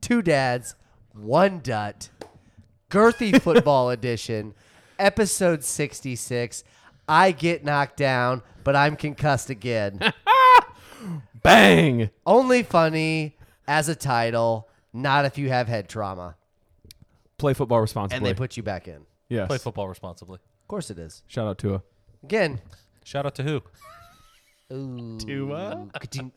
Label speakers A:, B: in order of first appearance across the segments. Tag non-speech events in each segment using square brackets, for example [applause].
A: two dads, one dut,
B: [laughs]
A: girthy football edition, episode 66. I get knocked down, but I'm concussed again.
B: [laughs] Bang!
A: Only funny as a title, not if you have head trauma.
B: Play football responsibly.
A: And they put you back in. Of
B: yes.
C: Play football responsibly.
A: course it is.
B: Shout out Tua.
A: Again,
C: Shout out to who?
A: ooh,
B: Tua? [laughs]
A: ka-ding,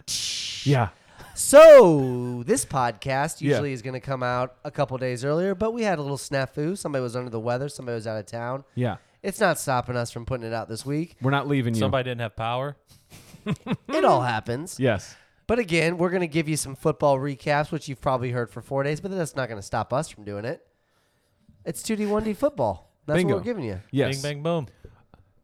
B: Yeah.
A: So this podcast
B: Yeah.
A: usually is going to come out a couple days earlier, but we had a little snafu. Somebody was under the weather. Somebody was out of town.
B: Yeah.
A: It's not stopping us from putting it out this week.
B: We're not leaving you.
C: Somebody didn't have power.
A: It all
B: Mm-hmm.
A: happens.
B: Yes.
A: But again, we're going to give you some football recaps, which you've probably heard for four days, but that's not going to stop us from doing it. It's 2D, 1D football. That's
B: Bingo.
A: what we're giving you.
B: Yes.
C: Bing, bang, boom.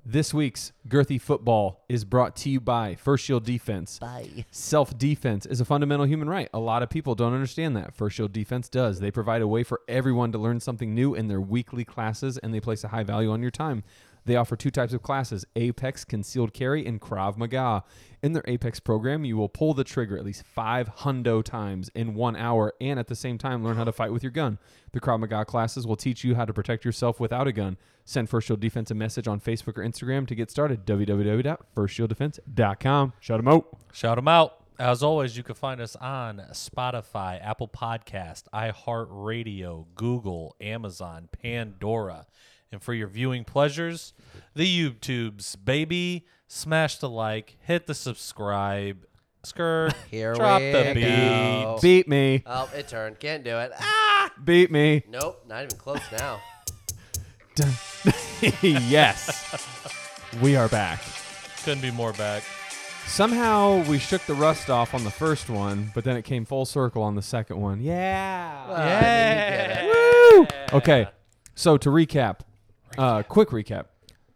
B: This week's Girthy Football is brought to you by First Shield Defense.
A: Bye.
B: Self defense is a fundamental human right. A lot of people don't understand that. First Shield Defense does. They provide a way for everyone to learn something new in their weekly classes, and they place a high value on your time. They offer two types of classes Apex Concealed Carry and Krav Maga. In their Apex program, you will pull the trigger at least five hundo times in one hour and at the same time learn how to fight with your gun. The Krav Maga classes will teach you how to protect yourself without a gun. Send First Shield Defense a message on Facebook or Instagram to get started. www.firstshielddefense.com. Shout 'em out.
C: Shout them out. As always, you can find us on Spotify, Apple Podcast, iHeartRadio, Google, Amazon, Pandora. And for your viewing pleasures, the YouTubes, baby, smash the like, hit the subscribe, skr,
A: Here
C: drop
A: we
C: the
A: go.
C: beat.
B: Beat me.
A: Oh, it turned. Can't do it. Ah!
B: Beat [laughs] me.
A: Nope, not even close
B: [laughs]
A: now.
B: [laughs] yes. We are back.
C: Couldn't be more back.
B: Somehow we shook the rust off on the first one, but then it came full circle on the second one. Yeah.
A: Ah, then you get it.
B: Woo! Okay. So to recap, uh, quick recap.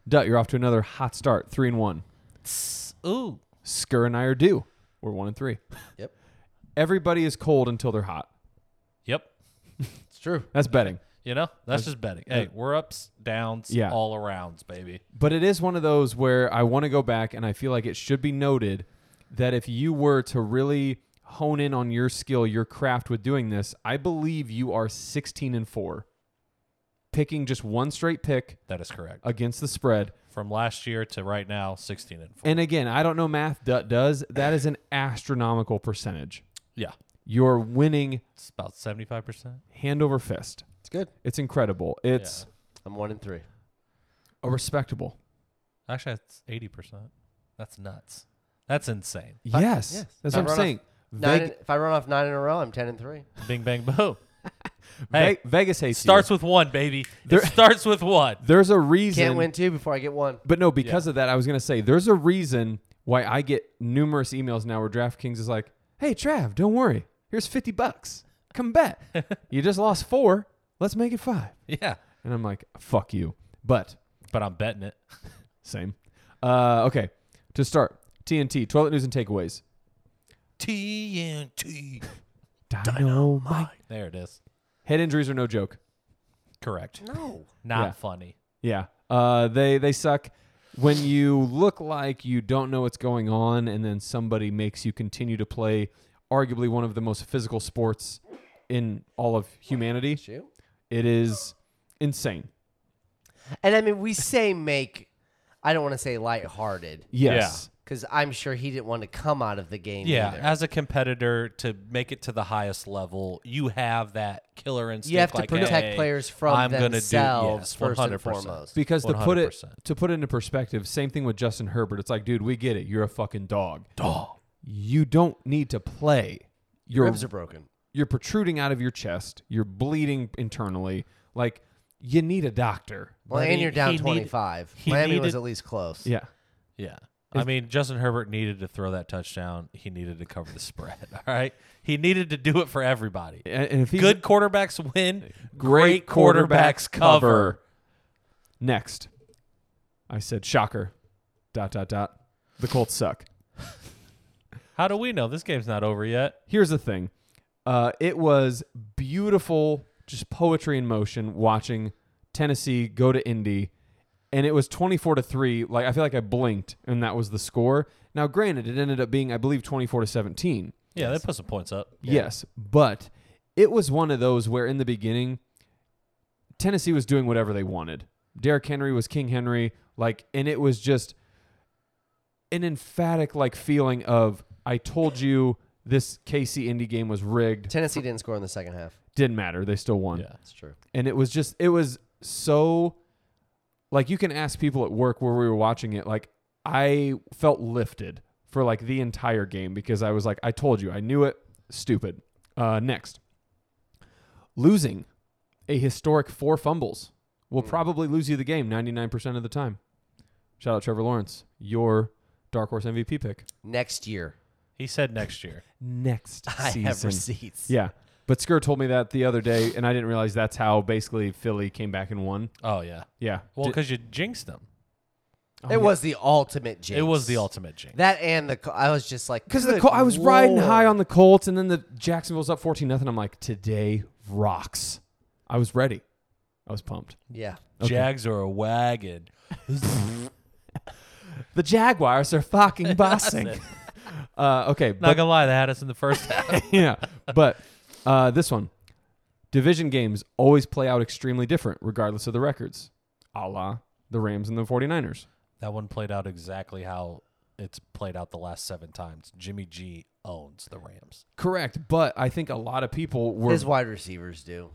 B: Dut, you're off to another hot start, three and one.
C: Ooh.
B: Skur and I are due. We're one and three.
A: Yep.
B: Everybody is cold until they're hot.
C: Yep.
A: It's true.
B: That's betting.
C: You know, that's just betting. Hey, we're ups, downs,
B: Yeah.
C: all arounds, baby.
B: But it is one of those where I want to go back and I feel like it should be noted that if you were to really hone in on your skill, your craft with doing this, I believe you are 16 and 4. Picking just one straight pick
C: That is correct.
B: against the spread.
C: From last year to right now, 16 and 4.
B: And again, I don't know math Dut does. That is an astronomical percentage.
C: yeah.
B: You're winning
C: It's about 75%.
B: hand over fist.
A: It's good.
B: It's incredible. It's
A: I'm one in three.
B: a respectable.
C: Actually, that's 80%. That's nuts. That's insane.
B: yes.
A: yes.
B: That's
A: I
B: what I'm
A: run off
B: saying.
A: Nine
B: Veg-
A: in- if I run off nine in a row, I'm ten and three.
C: Bing, bang, boom.
B: Ve-
C: Hey,
B: Vegas hates you.
C: starts with one, baby. It starts with one.
B: There's a reason.
A: Can't win two before I get one.
B: But no, because of that, I was gonna say there's a reason why I get numerous emails now where DraftKings is like, "Hey, Trav, don't worry. Here's fifty bucks. Come bet. you just lost four. Let's make it five.
C: Yeah.
B: And I'm like, "Fuck you." But
C: But I'm betting it.
B: same. Uh, okay. To start, TNT toilet news and takeaways.
C: TNT.
A: Oh,
B: Dino Mike.
C: There it is.
B: Head injuries are no joke.
C: Correct.
A: No.
C: Not
B: Yeah.
C: funny.
B: Yeah. Uh, they they suck when you look like you don't know what's going on, and then somebody makes you continue to play arguably one of the most physical sports in all of humanity.
A: Shoot.
B: It is insane.
A: And I mean, we say make. I don't want to say lighthearted
B: Yes.
A: because I'm sure he didn't want to come out of the game.
C: Yeah.
A: either.
C: As a competitor, to make it to the highest level, you have that killer instinct.
A: you have to
C: like,
A: protect
C: hey,
A: players from
C: I'm gonna do-
A: themselves
C: yes,
A: first and
C: 100%.
A: foremost.
B: Because to put it
C: 100%.
B: to put it into perspective, same thing with Justin Herbert. It's like, dude, we get it. You're a fucking dog. Dog. You don't need to play. You're
A: Ribs are broken.
B: you're protruding out of your chest. You're bleeding internally. Like you need a doctor.
A: Well,
C: But
A: and
C: he-
A: you're down
C: he need-
A: 25.
C: he
A: Miami was
C: needed-
A: at least close.
B: Yeah.
C: Yeah. I mean, Justin Herbert needed to throw that touchdown. He needed to cover the spread. [laughs] All right. He needed to do it for everybody.
B: And, and if he's
C: Good quarterbacks win. Great quarterbacks cover.
B: Next, I said shocker. Dot dot dot. The Colts suck.
C: How do we know this game's not over yet?
B: Here's the thing. Uh, it was beautiful, just poetry in motion. Watching Tennessee go to Indy, and it was 24 to three. Like I feel like I blinked, and that was the score. Now, granted, it ended up being I believe 24 to 17.
C: Yeah, they put some points up.
B: Yes, but it was one of those where in the beginning, Tennessee was doing whatever they wanted. Derrick Henry was King Henry, like, and it was just an emphatic like feeling of I told you this KC Indy game was rigged.
A: Tennessee didn't score in the second half.
B: Didn't matter. They still won.
C: that's true.
B: And it was just it was so like you can ask people at work where we were watching it like I felt lifted for like the entire game because I was like I told you I knew it stupid. Uh next. Losing a historic four fumbles will probably lose you the game 99% of the time. Shout out Trevor Lawrence, your dark horse MVP pick.
A: Next year, [laughs]
C: He said next year.
B: [laughs] Next
A: I have receipts.
B: yeah. But Skur told me that the other day, and I didn't realize that's how basically Philly came back and won.
C: Oh yeah.
B: Yeah.
C: Well,
B: Did-
C: because you jinxed them.
A: it was the ultimate jinx.
C: It was the ultimate jinx.
A: That and the Col- I was just like
B: Because the
A: good
B: Col- I was riding
A: lord.
B: high on the Colts, and then the Jacksonville's up fourteen nothing. I'm like, today rocks. I was ready. I was pumped.
A: Yeah,
C: Jags are a wagon.
B: The Jaguars are fucking
C: [laughs]
B: bossing. [laughs] uh, okay,
C: Not
B: but,
C: gonna lie, they had us in the [laughs] first half.
B: [laughs] yeah, but uh, this one, division games always play out extremely different, regardless of the records, a la the Rams and the 49ers.
C: that one played out exactly how it's played out the last seven times. Jimmy G owns the Rams.
B: Correct, but I think a lot of people were
A: his wide receivers do.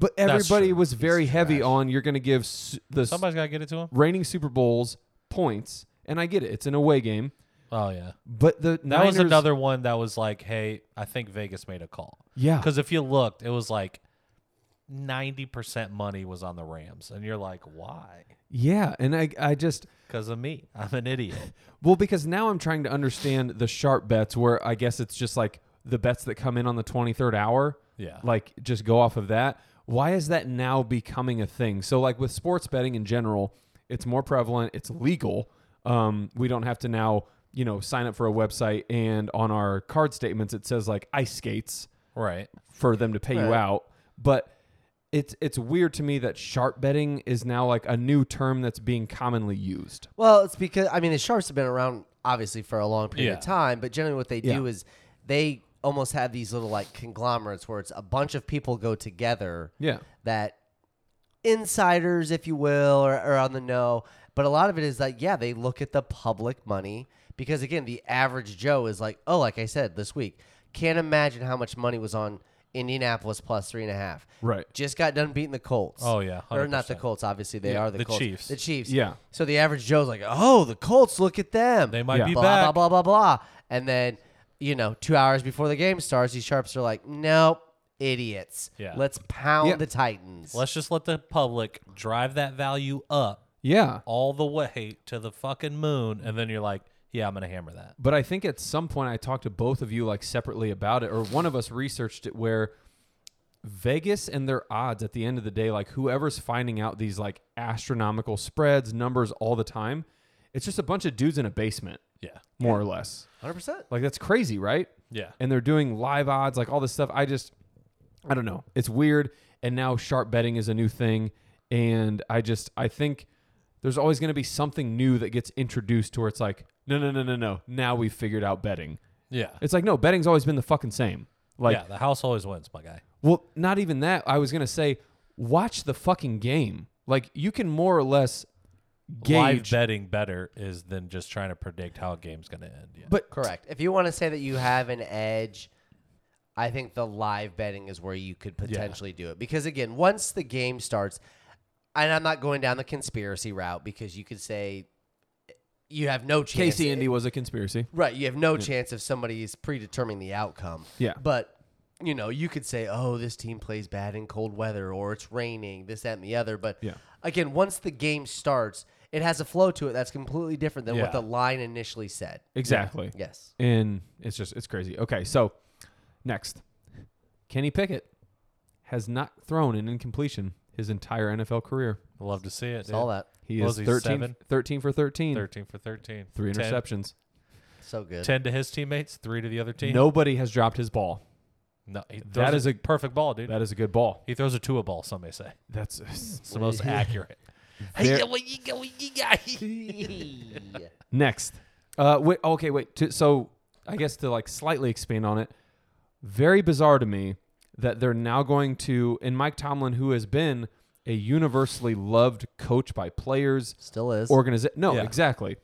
B: But
C: That's
B: everybody
C: true.
B: was very heavy on you're going to give s- the s-
C: Somebody's gotta get it to him.
B: reigning Super Bowls points, and I get it. It's an away game,
C: Oh yeah.
B: but the
C: That was another one that was like, hey, I think Vegas made a call.
B: yeah.
C: Because if you looked, it was like ninety percent money was on the Rams, and you're like, why?
B: Yeah, and I I just
C: Because of me. I'm an idiot.
B: well because now I'm trying to understand the sharp bets where I guess it's just like the bets that come in on the 23rd hour.
C: Yeah.
B: Like just go off of that. Why is that now becoming a thing? So like with sports betting in general, it's more prevalent, it's legal. Um we don't have to now, you know, sign up for a website and on our card statements it says like ice skates.
C: right.
B: for them to pay you
A: Right.
B: out. But it's it's weird to me that sharp betting is now like a new term that's being commonly used.
A: Well, it's because I mean the sharps have been around obviously for a long period
C: Yeah.
A: of time, but generally what they do
B: Yeah.
A: is they almost have these little like conglomerates where it's a bunch of people go together
B: Yeah.
A: that insiders, if you will, are, are on the know. But a lot of it is like, yeah, they look at the public money because again, the average Joe is like, oh, like I said this week, can't imagine how much money was on Indianapolis plus three and a half.
B: Right.
A: Just got done beating the Colts.
C: Oh, yeah,
A: or not the
C: 100%.
A: Colts. Obviously, they
B: Yeah,
A: are the,
C: the
A: Colts.
C: Chiefs.
A: The Chiefs.
B: Yeah.
A: So the average Joe's like, oh, the Colts. Look at them.
C: They might
B: Yeah.
C: be
A: blah
C: back.
A: blah blah blah blah. And then you know, two hours before the game starts, these sharps are like, nope, idiots.
C: Yeah.
A: Let's pound
B: Yeah.
A: the Titans.
C: Let's just let the public drive that value up
B: Yeah.
C: all the way to the fucking moon, and then you're like, yeah, I'm gonna hammer that.
B: But I think at some point I talked to both of you like separately about it, or one of us researched it where Vegas and their odds at the end of the day, like whoever's finding out these like astronomical spreads, numbers all the time, it's just a bunch of dudes in a basement,
C: Yeah,
B: more or less.
A: Hundred percent.
B: Like that's crazy, right?
C: yeah.
B: and they're doing live odds, like all this stuff. I just, I don't know. It's weird. And now sharp betting is a new thing. And I just, I think there's always going to be something new that gets introduced to where it's like, no, no, no, no, no. Now we've figured out betting.
C: Yeah. [laughs]
B: It's like, no, betting's always been the fucking same. Like,
C: yeah, the house always wins, my guy.
B: well, not even that. I was going to say, watch the fucking game. Like, you can more or less
C: Live
B: gauge.
C: betting better is than just trying to predict how a game's going to end. Yeah.
B: but
A: Correct. If you want to say that you have an edge, I think the live betting is where you could potentially do it. Because again, once the game starts, and I'm not going down the conspiracy route because you could say you have no chance.
B: Casey Indy was a conspiracy.
A: Right. You have no chance if somebody is predetermining the outcome.
B: Yeah.
A: But, you know, you could say, oh, this team plays bad in cold weather or it's raining, this, that, and the other. But
B: Yeah.
A: again, once the game starts, it has a flow to it that's completely different than
B: Yeah.
A: what the line initially said.
B: Exactly.
A: Yes.
B: And it's just it's crazy. Okay, so next. Kenny Pickett has not thrown an incompletion his entire NFL career.
C: I love to see it. dude.
A: All that.
B: He
C: What
B: is
C: was he,
B: 13,
C: seven?
B: 13 for 13,
C: 13 for 13.
B: three
C: 10
B: interceptions.
A: So good.
C: 10 to his teammates, three to the other team.
B: Nobody has dropped his ball.
C: No, he
B: That
C: throws
B: is a-
C: perfect ball, dude.
B: That is a good ball.
C: he throws a two a ball, some may say.
B: That's
C: It's the
B: [laughs]
C: most accurate.
B: There- next. Uh wait, okay, wait. To, so I guess to like slightly expand on it, very bizarre to me that they're now going to and Mike Tomlin, who has been a universally loved coach by players,
A: [laughs] Still is.
B: organization. No,
C: Yeah.
B: exactly.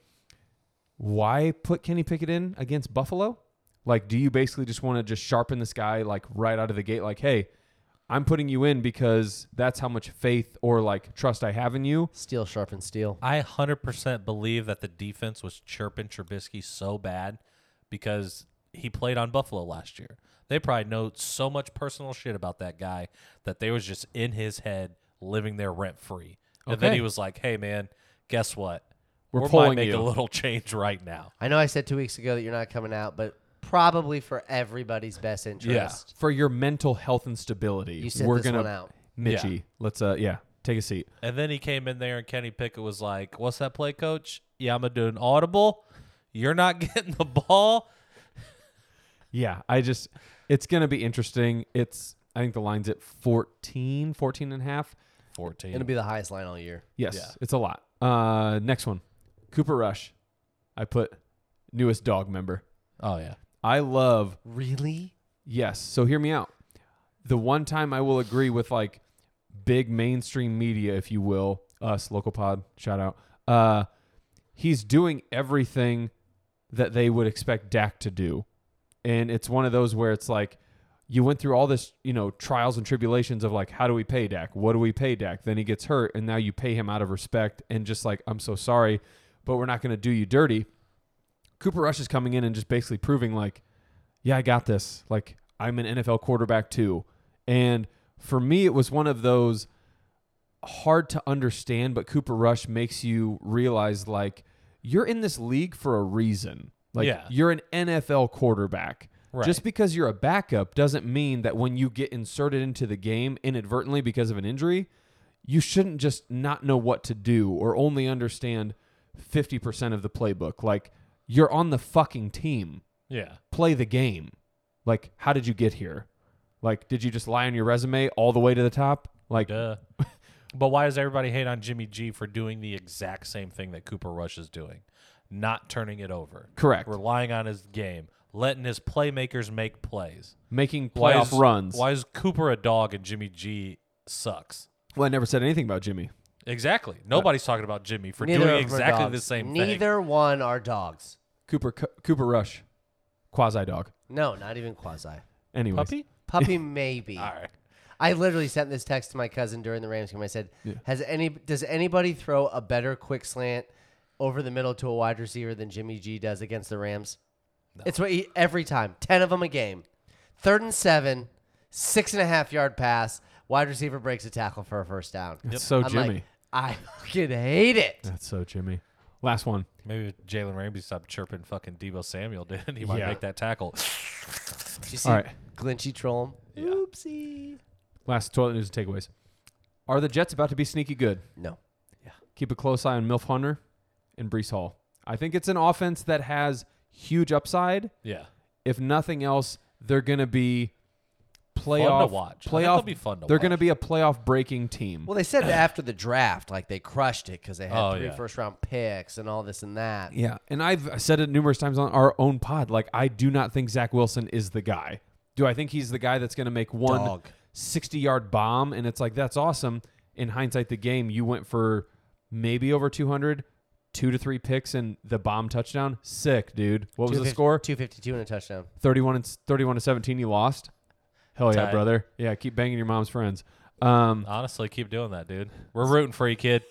B: Why put Kenny Pickett in against Buffalo? Like, do you basically just want to just sharpen this guy like right out of the gate? Like, hey, I'm putting you in because that's how much faith or like trust I have in you.
A: steel sharpens steel.
C: I 100% believe that the defense was chirping Trubisky so bad because he played on Buffalo last year. They probably know so much personal shit about that guy that they was just in his head living there rent free. And then
B: Okay.
C: he was like, hey, man, guess what?
B: We're
C: we might
B: pulling
C: make
B: you."
C: a little [laughs] change right now.
A: I know I said two weeks ago that you're not coming out, but probably for everybody's best interest.
B: For your mental health and stability,
A: You sit
B: we're
A: this
B: gonna
A: one out.
B: Mitchie.
C: Yeah.
B: Let's uh, yeah, take a seat.
C: And then he came in there and Kenny Pickett was like, what's that play, coach? Yeah, I'm going to do an audible. You're not [laughs] getting the ball.
B: Yeah, I just it's gonna be interesting. It's I think the line's at 14, 14 and a half.
C: 14.
A: It'll be the highest line all year.
B: Yes,
C: Yeah.
B: it's a lot. Uh, next one, Cooper Rush. I put newest dog member.
C: oh, yeah.
B: I love
A: Really?
B: yes. So hear me out. The one time I will agree with like big mainstream media, if you will, us local pod shout out. Uh, he's doing everything that they would expect Dak to do, and it's one of those where it's like. You went through all this, you know, trials and tribulations of like, how do we pay Dak? What do we pay Dak? Then he gets hurt, and now you pay him out of respect and just like, I'm so sorry, but we're not going to do you dirty. Cooper Rush is coming in and just basically proving like, yeah, I got this. Like I'm an NFL quarterback too. And for me, it was one of those hard to understand, but Cooper Rush makes you realize like you're in this league for a reason. Like
C: Yeah.
B: you're an NFL quarterback.
C: Right.
B: Just because you're a backup doesn't mean that when you get inserted into the game inadvertently because of an injury, you shouldn't just not know what to do or only understand 50% of the playbook. Like you're on the fucking team
C: Yeah.
B: play the game. Like, how did you get here? Like, did you just lie on your resume all the way to the top? Like,
C: Duh. [laughs] but why does everybody hate on Jimmy G for doing the exact same thing that Cooper Rush is doing? Not turning it over.
B: correct.
C: Relying on his game. Letting his playmakers make plays.
B: Making
C: Why
B: playoff
C: is-
B: runs.
C: Why is Cooper a dog and Jimmy G sucks?
B: Well, I never said anything about Jimmy.
C: Exactly. Nobody's talking about Jimmy for
A: Neither
C: doing
A: of them are
C: exactly the
A: dogs.
C: same thing.
A: Neither one are dogs.
B: Cooper C- Cooper Rush, quasi dog.
A: No, not even quasi.
B: Anyways,
C: Puppy? [laughs]
A: Puppy, maybe.
C: All right.
A: I literally sent this text to my cousin during the Rams game. I said,
B: Yeah.
A: "Has any does anybody throw a better quick slant over the middle to a wide receiver than Jimmy G does against the Rams?" It's what he, every time, ten of them a game. Third and seven, six and a half yard pass. Wide receiver breaks a tackle for a first
B: [laughs]
A: down.
B: That's so
A: I'm
B: Jimmy.
A: like, I fucking hate it.
B: That's so Jimmy. Last one.
C: Maybe if Jalen Ramsey stopped chirping fucking Debo Samuel, [laughs] did he might
B: Yeah.
C: make
B: [laughs]
C: that tackle.
A: Did you see
B: All right.
A: Glinchy troll him? Oopsie.
B: Last toilet news and takeaways. Are the Jets about to be sneaky good?
A: No.
B: Keep a close eye on Milf Hunter and Brees Hall. I think it's an offense that has huge upside.
C: Yeah.
B: if nothing else, they're going to be playoff
C: watch. I think
B: Playoff.
C: they'll be fun to
B: they're going to
C: watch.
B: be a playoff breaking team.
A: Well, they said after the draft, like they crushed it because they had
C: Oh,
A: three
C: yeah.
A: round picks and all this and that.
B: yeah, and I've said it numerous times on our own pod. Like, I do not think Zach Wilson is the guy. Do I think he's the guy that's going to make one
A: Dog.
B: 60 yard bomb? And it's like, that's awesome. In hindsight, the game, you went for maybe over 200, two to three picks, and the bomb touchdown. Sick, dude. What was the score?
A: Two fifty two and a touchdown.
B: 31 and 31 to 17 you lost hell yeah
C: Tied.
B: brother yeah keep banging your mom's friends um
C: [laughs] Honestly, keep doing that, dude. We're rooting for you, kid.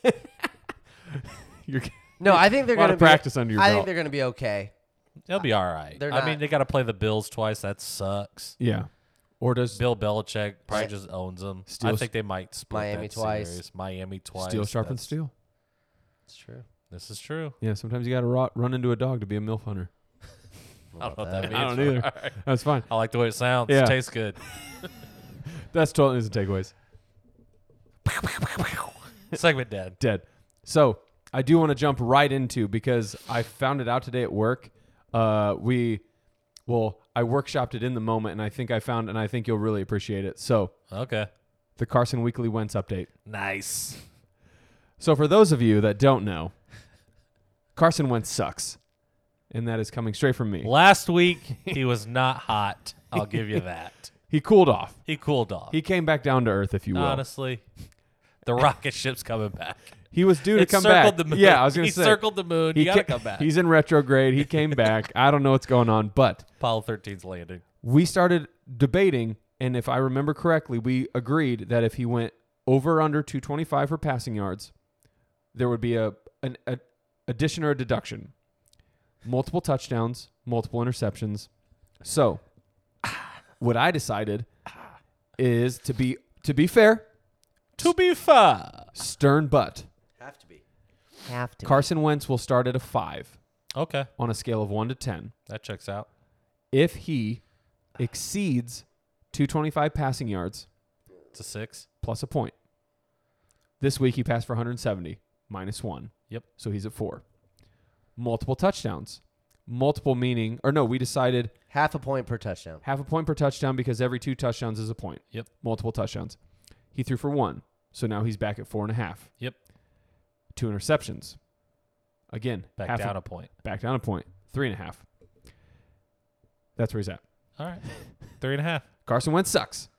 B: [laughs] you're
A: No, I think they're
B: Lot
A: going to
B: of practice under your
A: I
B: belt.
A: think they're going to be okay.
C: They'll be all right.
A: They're
C: I mean,
A: not-
C: they got to play the Bills twice. That sucks.
B: yeah or does
C: Bill Belichick probably
A: Yeah.
C: just owns them. I
B: Steals-
C: think they might split
A: Miami
C: that
A: twice.
C: series. Miami twice.
B: steel sharpens
C: That's-
B: steel
A: It's true.
C: This is true.
B: yeah sometimes you gotta ro- run into a dog to be a milf hunter
C: I don't know what that means.
B: [laughs] I don't
C: but
B: either.
C: all right.
B: that's fine
C: I like the way it sounds.
B: Yeah.
C: It tastes good.
B: [laughs] that's total news and takeaways
C: Segment dead.
B: dead so i do want to jump right into because i found it out today at work uh we well i workshopped it in the moment and i think i found and i think you'll really appreciate it so
C: Okay.
B: the carson weekly wentz update
C: Nice.
B: So for those of you that don't know, Carson Wentz sucks. And that is coming straight from me.
C: Last week he was not hot. I'll give you that.
B: He cooled off.
C: He cooled off.
B: He came back down to earth, if you will.
C: Honestly, the rocket ship's coming back.
B: He was due to
C: It
B: come
C: circled
B: back.
C: the moon.
B: Yeah, I was gonna
C: He
B: say
C: circled the moon. You gotta
B: ca-
C: come back.
B: He's in retrograde. He came back. I don't know what's going on, but
C: Apollo 13's landing.
B: we started debating, and if I remember correctly, we agreed that if he went over or under 225 for passing yards, there would be a an a, addition or a deduction. Multiple touchdowns, multiple interceptions. So, what I decided is to be to be fair,
C: To be fair.
B: stern but
A: Have to be. Have to.
B: Carson Wentz will start at a 5
C: Okay,
B: on a scale of 1 to 10.
C: that checks out.
B: if he exceeds 225 passing yards
C: It's a six.
B: plus a point. This week he passed for 170 minus one.
C: Yep.
B: So he's at four. Multiple touchdowns. Multiple meaning, or no, we decided
A: Half a point per touchdown.
B: half a point per touchdown because every two touchdowns is a point.
C: Yep.
B: Multiple touchdowns. He threw for one. So now he's back at four and a half.
C: Yep.
B: Two interceptions. Again,
C: Back
B: half
C: down
B: A,
C: a point.
B: back down a point. Three and a half. That's where he's at.
C: All right, three and
B: [laughs]
C: a half.
B: Carson Wentz sucks.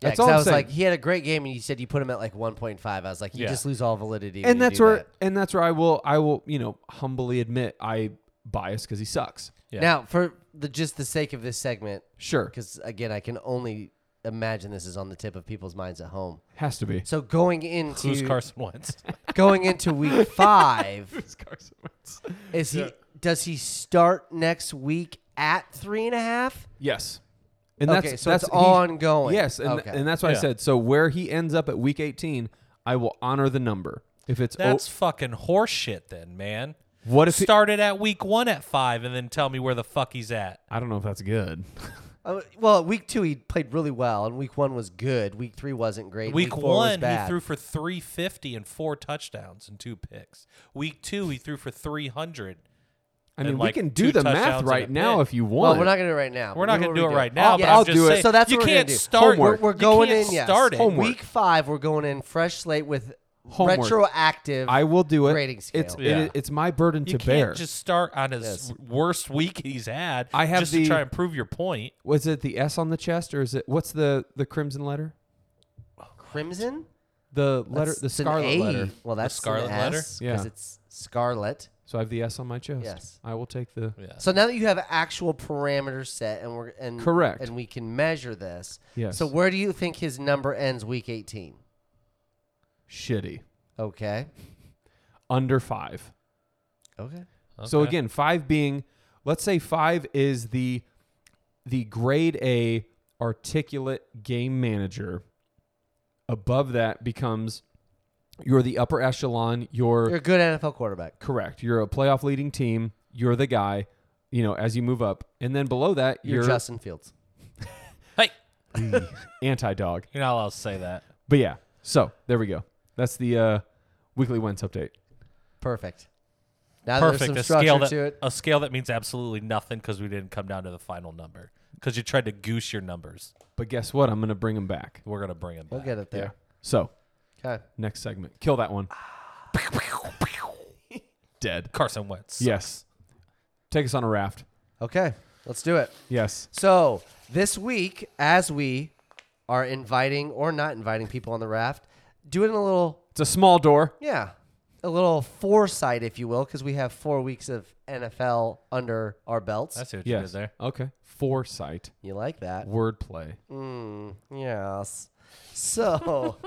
A: Yeah,
B: That's
A: 'cause
B: all
A: I
B: I'm
A: was
B: saying.
A: like, he had a great game, and you said you put him at like 1.5. I was like, you
C: Yeah.
A: just lose all validity. when
B: and
A: you
B: that's
A: do
B: where
A: that.
B: and that's where I will I will you know humbly admit I bias because he sucks.
C: Yeah.
A: Now, for the just the sake of this segment,
B: Sure,
A: because again, I can only imagine this is on the tip of people's minds at home.
B: has
C: [laughs]
B: to be.
A: So going into
C: Who's
B: [laughs]
C: Carson Wentz?
A: [laughs] going into week five,
B: Carson Wentz.
A: is he does he start next week at three and a half?
B: Yes, and
A: Okay,
B: that's
A: so
B: that's
A: it's
B: he-
A: ongoing.
B: Yes, and,
A: Okay.
B: and that's why I
C: Yeah.
B: said so. Where he ends up at week eighteen, I will honor the number. If it's oh,
C: That's fucking horseshit, then, man.
B: what if he-
C: Started at week one at five, and then tell me where the fuck he's at.
B: I don't know if that's
C: [laughs]
B: good.
A: Uh, well, week two he played really well, and week one was good. Week three wasn't great.
C: Week,
A: four was
C: one, he
A: bad.
C: threw for 350 and four touchdowns and two picks. Week two, he threw for 300.
B: I
C: And
B: mean,
C: like
B: we can
C: two
B: do the
C: touchdowns
B: math
C: and a
B: right now
C: pick.
B: if you
A: Well,
B: want.
A: we're not gonna do it right now.
C: We're not
A: We
C: going
A: already
C: to do it
A: did.
C: right now,
B: I'll-
C: but
B: I'll
C: I'm just
B: do it.
C: saying,
A: So that's
C: you
A: what we're
C: can't
A: gonna do.
C: start.
B: Homework.
A: We're
C: you
A: going
C: can't
A: in. Yes.
C: Start it.
B: Homework.
A: Week five, we're going in fresh slate with
B: Homework.
A: retroactive.
B: I will do it.
A: Grading scale.
B: It's
C: Yeah.
B: it, it's my burden
C: You
B: to
C: can't
B: bear.
C: just start on his
A: Yes.
C: worst week he's had.
B: I have
C: just
B: the-
C: to try and prove your point.
B: Was it the S on the chest or is it what's the the crimson letter?
A: Crimson.
B: The letter
A: That's-
B: the
A: it's an
B: scarlet
A: A.
B: letter.
A: Well, that's
C: scarlet letter?
A: because
B: Yeah.
A: it's scarlet.
B: So I have the S on my chest.
A: Yes.
B: I will take the.
C: Yeah.
A: So now that you have actual parameters set, and we're and
B: Correct.
A: and we can measure this.
B: Yes.
A: So where do you think his number ends week eighteen?
B: Shitty.
A: Okay.
B: Under five.
A: Okay.
B: So
C: Okay.
B: again, five being, let's say five is the, the grade A articulate game manager. Above that becomes, you're the upper echelon. You're,
A: You're a good NFL quarterback.
B: correct. You're a playoff leading team. You're the guy. You know, as you move up, and then below that,
A: You're,
B: you're,
A: Justin Fields.
C: hey,
B: anti dog.
C: you're not allowed to say that.
B: But yeah, so there we go. That's the uh, weekly Wentz update.
A: Perfect. Now that
C: Perfect. A
A: Uh, there's some
C: scale
A: structure
C: that
A: to it.
C: a scale that means absolutely nothing because we didn't come down to the final number because you tried to goose your numbers.
B: But guess what? I'm gonna bring him back.
C: We're gonna bring him.
A: We'll
C: back.
A: get it
B: Yeah.
A: there.
B: So
A: Okay.
B: next segment, kill that one. Dead.
C: Carson Wentz.
B: Yes. Take us on a raft.
A: Okay. Let's do it.
B: Yes.
A: So this week, as we are inviting or not inviting people on the raft, doing a little
B: It's a small door.
A: yeah, a little foresight, if you will, because we have four weeks of NFL under our belts.
C: I see what you
B: Yes.
C: did there.
B: Okay. Foresight.
A: you like that?
B: Wordplay.
A: Mm, yes. So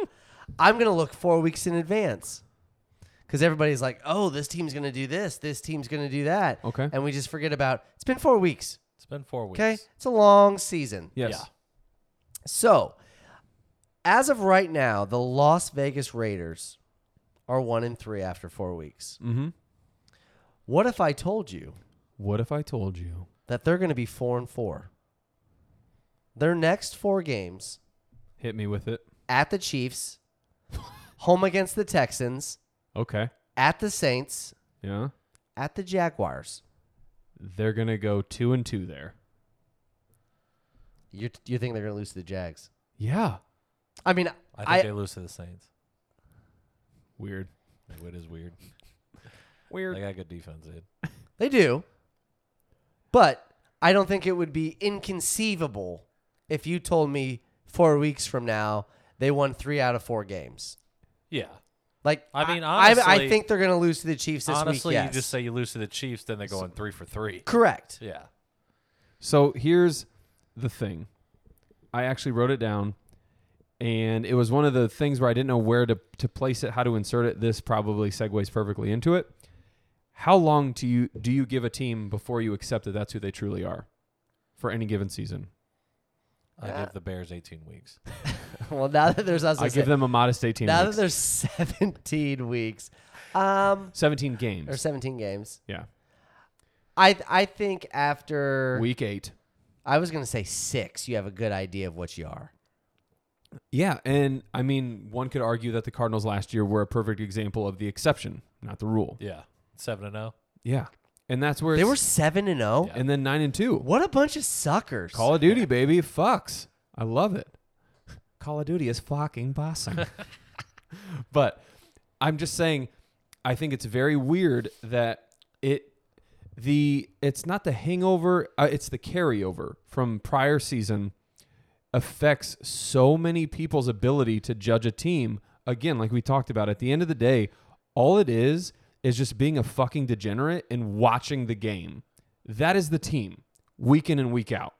A: [laughs] I'm gonna look four weeks in advance. Because everybody's like, oh, this team's going to do this. This team's going to do that.
B: Okay.
A: And we just forget about it's been four weeks.
C: It's been four weeks.
A: Okay. It's a long season.
B: Yes.
C: Yeah.
A: So, as of right now, the Las Vegas Raiders are one and three after four weeks.
B: Mm-hmm.
A: What if I told you
B: What if I told you?
A: that they're going to be four and four? Their next four games
B: Hit me with it.
A: at the Chiefs, home against the Texans,
B: Okay.
A: at the Saints,
B: Yeah.
A: at the Jaguars.
B: They're gonna go two and two there.
A: You you think they're going to lose to the Jags?
B: Yeah.
A: I mean,
C: I think
A: I
C: they lose to the Saints.
B: Weird.
C: It is weird.
B: Weird.
C: They got good defense, dude.
A: they do, but I don't think it would be inconceivable if you told me four weeks from now they won three out of four games.
C: Yeah.
A: Like
C: I mean,
A: I,
C: honestly-
A: think they're going to lose to the Chiefs this week.
C: Honestly,
A: Yes.
C: you just say you lose to the Chiefs, then they're going three
A: [laughs]
C: for three.
A: correct.
C: Yeah.
B: So here's the thing. I actually wrote it down, and it was one of the things where I didn't know where to, to place it, how to insert it. This probably segues perfectly into it. How long do you do you give a team before you accept that that's who they truly are for any given season?
C: I
A: Yeah.
C: give the Bears 18 weeks.
A: well, now that there's us,
B: I give them a modest 18
A: now
B: weeks.
A: that there's [laughs] 17 weeks, um,
B: 17
A: or
B: games.
A: 17 games.
B: Yeah.
A: I I think after
B: Week 8.
A: I was going to say six, you have a good idea of what you are.
B: Yeah, and I mean, one could argue that the Cardinals last year were a perfect example of the exception, not the rule.
C: Yeah. 7 and oh? 0.
B: Yeah. And that's where
A: They
B: it's-
A: were seven and zero.
B: and then 9 and 2.
A: What a bunch of suckers!
B: Call of Duty, baby. Fucks. I love it. Call of Duty is fucking [laughs] awesome. but I'm just saying, I think it's very weird that it the it's not the hangover, uh, it's the carryover from prior season affects so many people's ability to judge a team. Again, like we talked about, at the end of the day, all it is is just being a fucking degenerate and watching the game. That is the team, week in and week out.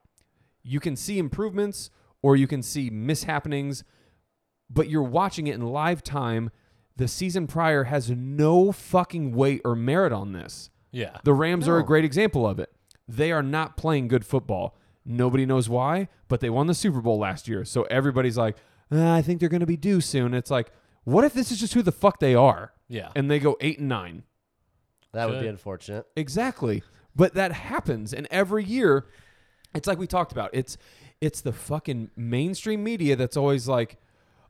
B: You can see improvements or you can see mishappenings, but you're watching it in live time. The season prior has no fucking weight or merit on this.
C: Yeah.
B: The Rams are a
A: No.
B: great example of it. They are not playing good football. Nobody knows why, but they won the Super Bowl last year. So everybody's like, "Ah, I think they're going to be due soon. It's like, what if this is just who the fuck they are?
C: Yeah.
B: And they go eight and nine.
A: that would be
C: Good.
A: unfortunate.
B: Exactly. But that happens and every year it's like we talked about. It's it's the fucking mainstream media that's always like,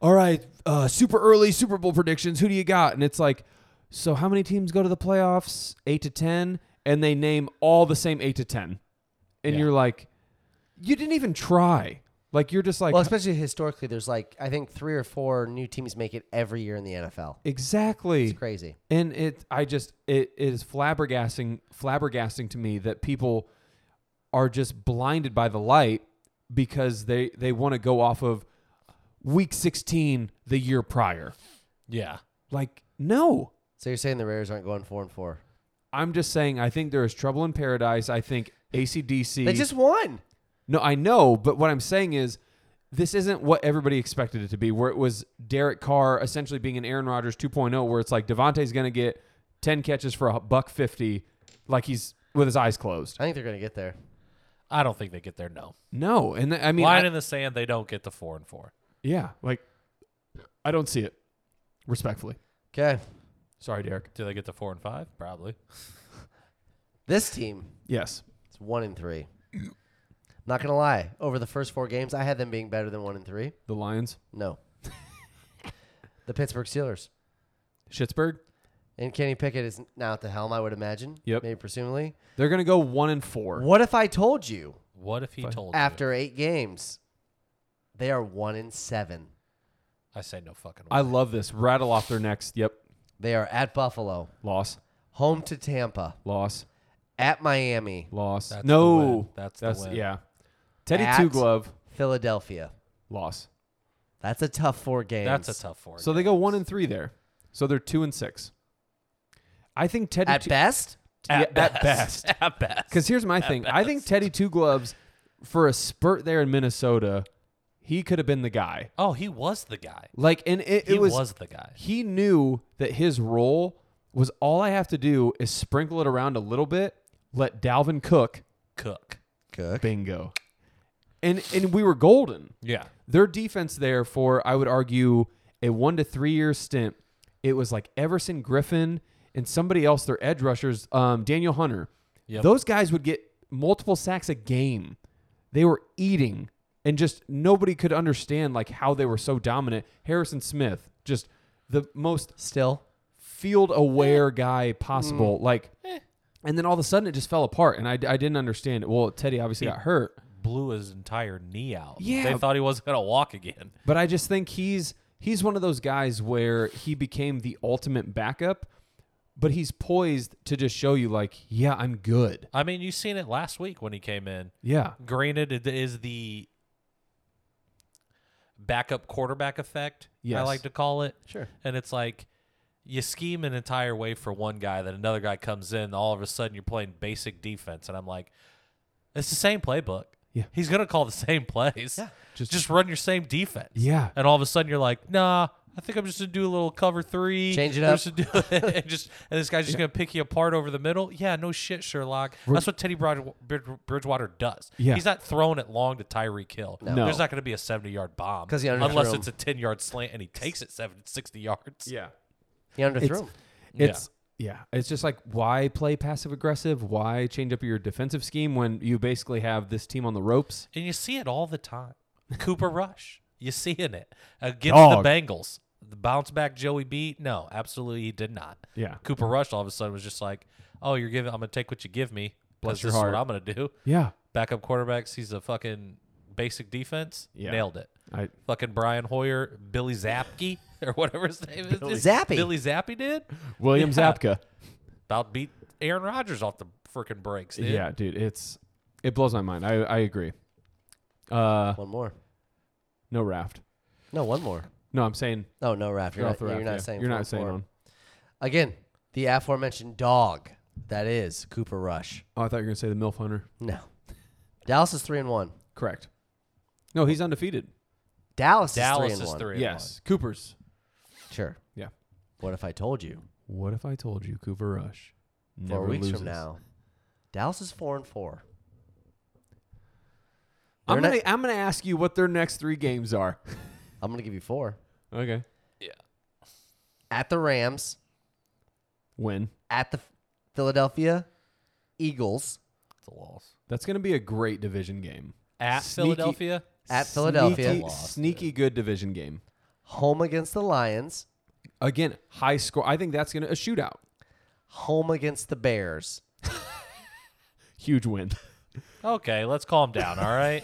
B: "All right, uh, super early Super Bowl predictions. Who do you got?" And it's like, "So how many teams go to the playoffs? 8 to 10?" And they name all the same 8 to 10. And
C: Yeah.
B: you're like, "You didn't even try." Like you're just like
A: Well, especially historically, there's like I think three or four new teams make it every year in the NFL.
B: Exactly.
A: It's crazy.
B: and it i just it, it is flabbergasting flabbergasting to me that people are just blinded by the light because they they want to go off of week 16 the year prior
C: Yeah.
B: like no
A: So you're saying the Raiders aren't going four and four?
B: i'm just saying i think there is trouble in paradise i think acdc
A: They just won.
B: no i know but what i'm saying is this isn't what everybody expected it to be where it was derek carr essentially being an aaron rodgers 2.0 where it's like devonte's going to get 10 catches for a buck 50 like he's with his eyes closed
A: I think they're going to get there.
C: I don't think they get there. No.
B: No, and th- I mean,
C: Line
B: I-
C: in the sand, they don't get the 4 and 4.
B: yeah, like I don't see it. Respectfully,
A: Okay,
B: sorry, Derek.
C: Do they get the 4 and 5? Probably.
A: this team
B: Yes,
A: is one and three. Not going to lie. Over the first four games, I had them being better than one and three.
B: the Lions,
A: No. [laughs] the Pittsburgh Steelers.
B: Schittsburg,
A: And Kenny Pickett is now at the helm, I would imagine.
B: Yep.
A: Maybe presumably.
B: they're gonna go one and four.
A: What if I told you
C: What if he
B: Fine.
C: told you?
A: after eight games they are one in seven?
C: I say no fucking way.
B: I love this. Rattle off their next. Yep,
A: They are at Buffalo,
B: loss,
A: home to Tampa,
B: loss,
A: at Miami,
B: loss.
C: That's
B: no,
C: the win. That's the win.
B: yeah. Teddy
A: At-
B: two glove
A: Philadelphia.
B: loss.
A: That's a tough four games.
C: That's a tough 4.
B: So they go one and three there. So they're two and six. I think Teddy
A: At
B: two,
A: best,
B: yeah, at best.
C: At best.
B: Because here's my thing. I think Teddy Two Gloves, for a spurt there in Minnesota, he could have been the guy.
C: Oh, he was the guy.
B: Like, and it,
C: He
B: it was,
C: was, the guy.
B: he knew that his role was all I have to do is sprinkle it around a little bit, let Dalvin cook,
C: Cook.
A: Cook.
B: bingo, and and we were golden.
C: Yeah.
B: Their defense there for I would argue a one to three year stint, it was like Everson Griffin and somebody else, their edge rushers, um, Daniel Hunter.
C: Yep.
B: Those guys would get multiple sacks a game. They were eating, and just nobody could understand like how they were so dominant. Harrison Smith, just the most
A: Still,
B: field aware guy possible. Like, and then all of a sudden it just fell apart, and I, I didn't understand it. Well, Teddy obviously got hurt,
C: Blew his entire knee out.
B: Yeah.
C: They thought he wasn't going to walk again.
B: But I just think he's he's one of those guys where he became the ultimate backup, but he's poised to just show you like, yeah, I'm good.
C: I mean, you seen it last week when he came in.
B: Yeah.
C: Granted, it is the backup quarterback effect, I
B: Yes.
C: like to call it.
A: Sure.
C: And it's like you scheme an entire way for one guy, then another guy comes in, and all of a sudden you're playing basic defense. And I'm like, it's the same playbook.
B: Yeah.
C: He's going to call the same plays.
A: Yeah.
C: Just,
B: Just-
C: just run your same defense.
B: Yeah.
C: And all of a sudden you're like, nah. I think I'm just gonna do a little cover three.
A: Change it
C: I'm
A: up.
C: just gonna do [laughs] and just and this guy's just gonna pick you apart over the middle. Yeah, no shit, Sherlock. That's what Teddy Bridge- Brid- Bridgewater does.
B: Yeah.
C: he's not throwing it long to Tyreek Hill.
B: No.
C: There's not gonna be a 70 yard bomb
A: 'Cause he underthrew
C: unless
A: him.
C: it's a 10 yard slant and he takes it 70, 60 yards.
B: Yeah.
A: He underthrew
B: It's,
A: him.
B: it's yeah. It's just like why play passive aggressive? Why change up your defensive scheme when you basically have this team on the ropes?
C: And you see it all the time.
B: [laughs]
C: Cooper Rush, you see in it against
B: Dog.
C: the Bengals. The bounce back Joey B, no, absolutely he did not.
B: Yeah.
C: Cooper Rush all of a sudden was just like, "Oh, you're giving. I'm gonna take what you give me. 'cause
B: Bless your
C: this is
B: heart.
C: what I'm gonna do."
B: Yeah.
C: Backup quarterback sees a fucking basic defense.
B: Yeah.
C: Nailed it.
B: I
C: Fucking Brian Hoyer, Billy Zapke, [laughs] or whatever his name is.
A: Billy Zappe.
C: Billy Zappy did
B: William
C: Yeah.
B: Zapka.
C: about beat Aaron Rodgers off the freaking brakes. Dude.
B: Yeah, dude, it's it blows my mind. I I agree. Uh,
A: One more.
B: no raft.
A: No, one more.
B: No, I'm saying
A: Oh no, Raph, you're
B: you're
A: not,
B: off the
A: you're
B: raft.
A: not
B: yeah.
A: saying
B: you're
A: four
B: not saying
A: four.
B: on.
A: Again, the aforementioned dog. That is Cooper Rush.
B: Oh, I thought you were gonna say the milf hunter.
A: No. [laughs] Dallas is three and one.
B: Correct. No, he's undefeated.
A: Dallas,
C: Dallas
A: is three and
C: is
A: one.
C: three. and
B: yes, Cooper's.
A: Sure.
B: Yeah.
A: What if I told you
B: What if I told you Cooper Rush
A: four
B: never
A: weeks
B: loses?
A: from now, Dallas is four and four.
B: I'm
A: They're
B: gonna
A: not-
B: I'm gonna ask you what their next three games are.
A: I'm gonna give you four
B: [laughs] okay.
C: one. Yeah.
A: at the Rams,
B: Win.
A: at the Philadelphia Eagles,
C: It's a loss.
B: That's gonna be a great division game.
C: At
B: Sneaky-
C: Philadelphia,
A: At Philadelphia.
B: Sneaky,
C: Lost,
B: sneaky good division game.
A: home against the Lions,
B: Again, high score. I think that's gonna a shootout.
A: home against the Bears,
B: Huge win. [laughs]
C: Okay, let's calm down, all right?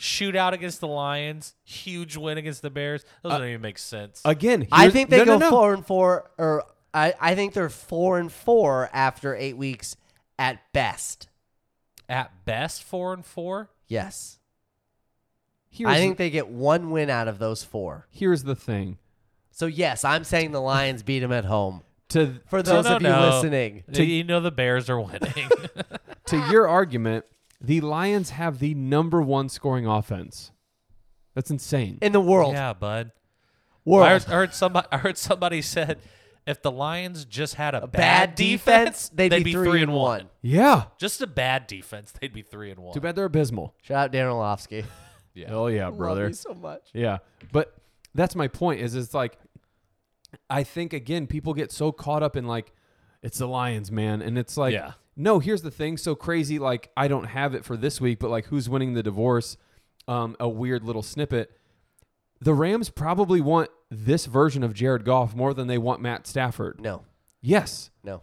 C: Shootout against the Lions, huge win against the Bears. Those don't even make sense.
B: Again,
A: I
B: here's-
A: think they
B: no,
A: go
B: no, no.
A: four and four, or I, I think they're four and four after eight weeks at best.
C: At best, four and four.
A: Yes,
B: Here's
A: I think they get one win out of those four.
B: here's the thing
A: So yes, I'm saying the Lions [laughs] beat them at home.
B: to
A: For
C: No,
A: those
C: no,
A: of you
C: no.
A: listening,
B: To-
C: you know the Bears are winning.
B: to your argument the lions have the number one scoring offense that's insane
A: in the world,
C: [laughs] yeah, bud.
A: world,
C: I heard, I heard somebody. I heard somebody said if the Lions just had a,
A: bad, defense, they'd, be, three, and one.
B: yeah
C: Just a bad defense, they'd be three and one.
B: too bad they're abysmal
A: Shout out Dan [laughs] Orlovsky.
C: Yeah.
B: hell yeah
A: Love
B: brother
A: you so much.
B: yeah but that's my point is it's like i think again people get so caught up in like it's the lions man and it's like
C: Yeah.
B: no here's the thing so crazy like i don't have it for this week but like who's winning the divorce um, a weird little snippet the rams probably want this version of jared goff more than they want matt stafford
A: No,
B: yes
A: no.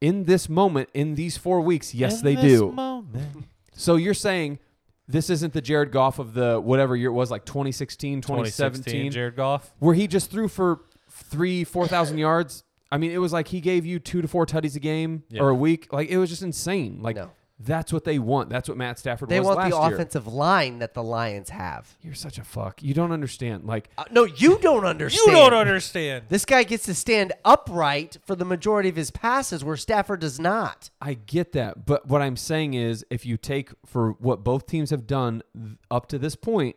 B: in this moment in these four weeks yes
C: In
B: they
C: this
B: do
C: [laughs] moment.
B: so you're saying this isn't the jared goff of the whatever year it was like 2016
C: 2017,
B: 2017
C: Jared Goff.
B: where he just threw for three, four thousand yards. I mean, it was like he gave you two to four tutties a game
C: Yeah.
B: or a week. Like it was just insane. Like
A: No.
B: that's what they want. That's what Matt Stafford
A: They
B: was
A: want
B: last
A: the
B: year.
A: offensive line that the Lions have.
B: You're such a fuck. You don't understand. Like
A: Uh, no, you don't understand.
C: You don't understand.
A: This guy gets to stand upright for the majority of his passes, where Stafford does not.
B: I get that, but what I'm saying is, if you take for what both teams have done th- up to this point,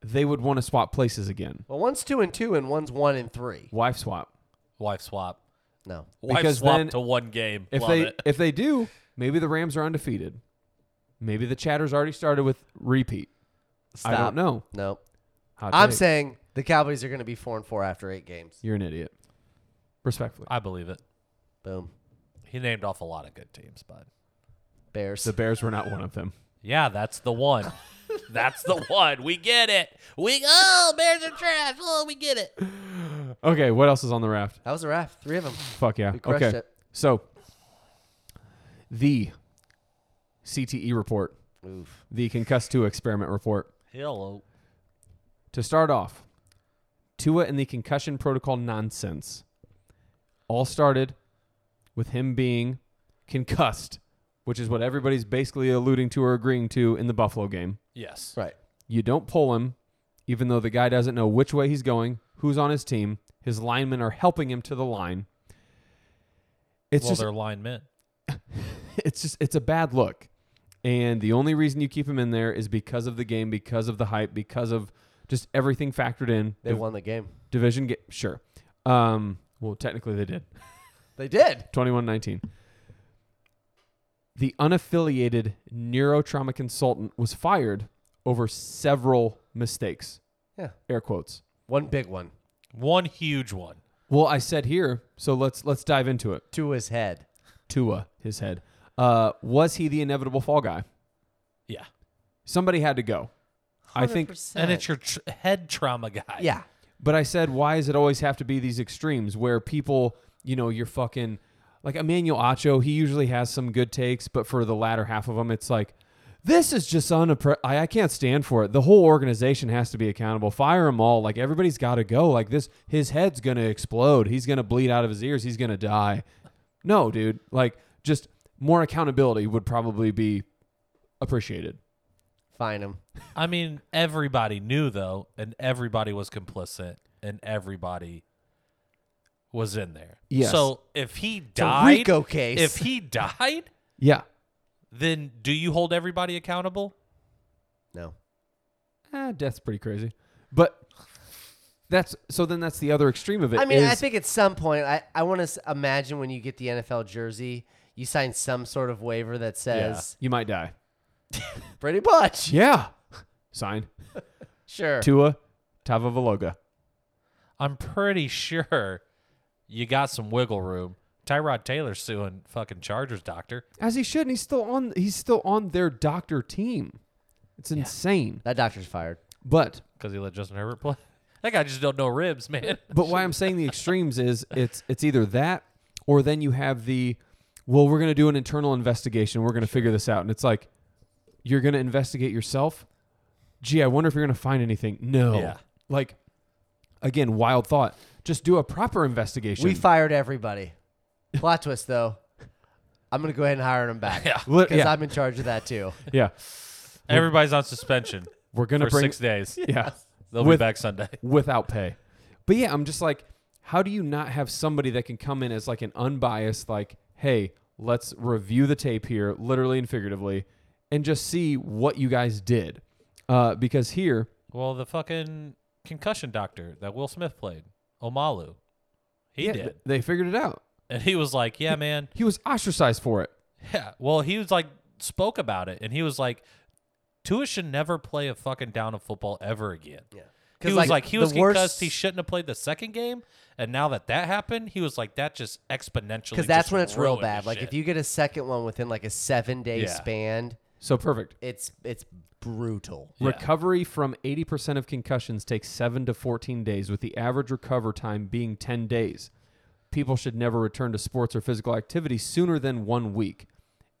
B: they would want to swap places again.
A: Well, one's two and two, and one's one and three.
B: Wife swap.
C: Wife swap.
A: No,
C: Wife
B: Because
C: swap
B: then-
C: to one game.
B: If
C: Love
B: they
C: it.
B: if they do, maybe the Rams are undefeated. Maybe the chatter's already started with repeat.
A: stop.
B: I don't know.
A: No,
B: Hot
A: I'm
B: take.
A: saying the Cowboys are going to be four and four after eight games.
B: You're an idiot. Respectfully.
C: I believe it.
A: Boom,
C: He named off a lot of good teams, bud.
A: Bears.
B: The Bears were not one of them.
C: Yeah, that's the one. that's the one. We get it. We oh, Bears are trash. Oh, we get it.
B: Okay, what else is on the raft?
A: that was a wrap. Three of them.
B: Fuck yeah.
A: We crushed
B: Okay.
A: it.
B: So the CTE report,
A: Oof.
B: the Concuss 2 experiment report.
C: Hello.
B: To start off, Tua and the concussion protocol nonsense all started with him being concussed, which is what everybody's basically alluding to or agreeing to in the Buffalo game.
C: Yes.
A: Right.
B: You don't pull him even though the guy doesn't know which way he's going, who's on his team. His linemen are helping him to the line. It's
C: well,
B: just
C: they're line men.
B: [laughs] it's just it's a bad look. And the only reason you keep him in there is because of the game, because of the hype, because of just everything factored in.
A: They
B: Div-
A: won the game.
B: division game, sure. Um, well, technically they did. [laughs]
A: They did.
B: 2119. The unaffiliated neurotrauma consultant was fired over several mistakes.
A: Yeah.
B: Air quotes.
A: One big one
C: One huge one.
B: Well, I said here, so let's let's dive into it.
A: to his head.
B: Tua, his head. Uh, was he the inevitable fall guy?
C: Yeah.
B: Somebody had to go. I think
A: 100%.
C: And it's your tr- head trauma guy.
A: yeah.
B: But I said, why does it always have to be these extremes where people, you know, you're fucking like Emmanuel Acho, he usually has some good takes, but for the latter half of them, it's like, this is just unappre I, I can't stand for it. The whole organization has to be accountable. Fire them all. Like everybody's got to go. Like this, his head's gonna explode. He's gonna bleed out of his ears. He's gonna die. No, dude. Like just more accountability would probably be appreciated.
A: Fine him.
C: I mean, everybody knew though, and everybody was complicit, and everybody was in there.
B: Yes.
C: So if he
A: a
C: died,
A: RICO case.
C: If he died,
B: Yeah.
C: then do you hold everybody accountable?
A: No.
B: Ah, death's pretty crazy. But that's so then that's the other extreme of it.
A: I mean, I
B: is-
A: think at some point, I, I want to s- imagine when you get the NFL jersey, you sign some sort of waiver that says,
B: you might die.
A: pretty much.
B: Yeah. Sign
A: Sure.
B: Tua Tagovailoa.
C: I'm pretty sure you got some wiggle room. Tyrod Taylor suing fucking Chargers doctor.
B: As he should, and he's still on he's still on their doctor team. It's insane.
A: That doctor's fired.
B: But
C: because he let Justin Herbert play. [laughs] That guy just don't know ribs, man.
B: but why I'm saying the extremes is it's it's either that or then you have the well, we're gonna do an internal investigation, we're gonna figure this out. And it's like you're gonna investigate yourself? Gee, I wonder if you're gonna find anything. No.
C: Yeah.
B: Like again, wild thought. Just do a proper investigation.
A: We fired everybody. Plot twist, though. I'm going to go ahead and hire him back.
C: Yeah.
B: Lit-
A: Because
B: yeah.
A: I'm in charge of that, too.
B: yeah.
C: Everybody's on suspension
B: We're gonna
C: for
B: bring
C: six days.
B: [laughs] yeah
C: They'll
B: With-
C: be back Sunday.
B: without pay. But yeah, I'm just like, how do you not have somebody that can come in as like an unbiased, like, hey, let's review the tape here, literally and figuratively, and just see what you guys did, uh, because here,
C: Well, the fucking concussion doctor that Will Smith played, Omalu, he
B: yeah,
C: did,
B: th- they figured it out.
C: and he was like,
B: [laughs]
C: "Yeah, man,
B: He was ostracized for it.
C: yeah." Well, he was like, spoke about it, and he was like, "Tua should never play a fucking down of football ever again."
A: Yeah.
C: He was like, he was
A: the worst-
C: concussed. He shouldn't have played the second game, and now that that happened, he was like, "That just exponentially."
A: Because that's
C: just
A: when it's real
C: ruined
A: bad.
C: his
A: Like
C: shit."
A: if you get a second one within like a seven day
C: Yeah.
A: span,
B: So perfect.
A: it's it's brutal.
C: Yeah.
B: Recovery from 80% of concussions takes 7 to 14 days, with the average recover time being 10 days. People should never return to sports or physical activity sooner than one week.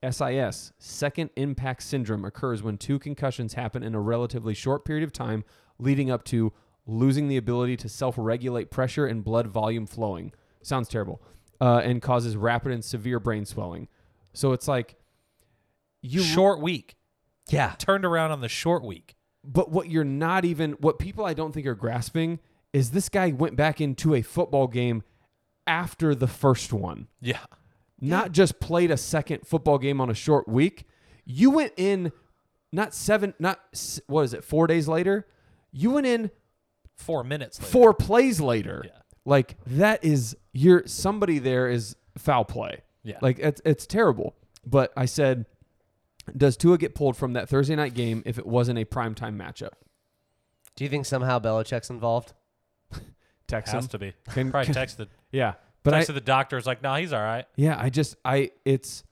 B: SIS, second impact syndrome, occurs when two concussions happen in a relatively short period of time, leading up to losing the ability to self regulate pressure and blood volume flowing. Sounds terrible. Uh, and causes rapid and severe brain swelling. So it's like you
C: short week.
A: Yeah.
C: turned around on the short week.
B: But what you're not even, what people I don't think are grasping is this guy went back into a football game after the first one,
C: Yeah.
B: not just played a second football game on a short week. You went in not seven, not s- what is it, four days later? You went in
C: Four minutes later.
B: four plays later.
C: Yeah.
B: Like that is your somebody there is foul play.
C: Yeah.
B: Like it's it's terrible. But I said, does Tua get pulled from that Thursday night game if it wasn't a primetime matchup?
A: Do you think somehow Belichick's involved?
B: Texas.
C: Has to be.
B: Can-
C: Probably
B: can-
C: texted.
B: Yeah, but I
C: texted the doctor. It's like, no, he's all right.
B: yeah, I just I it's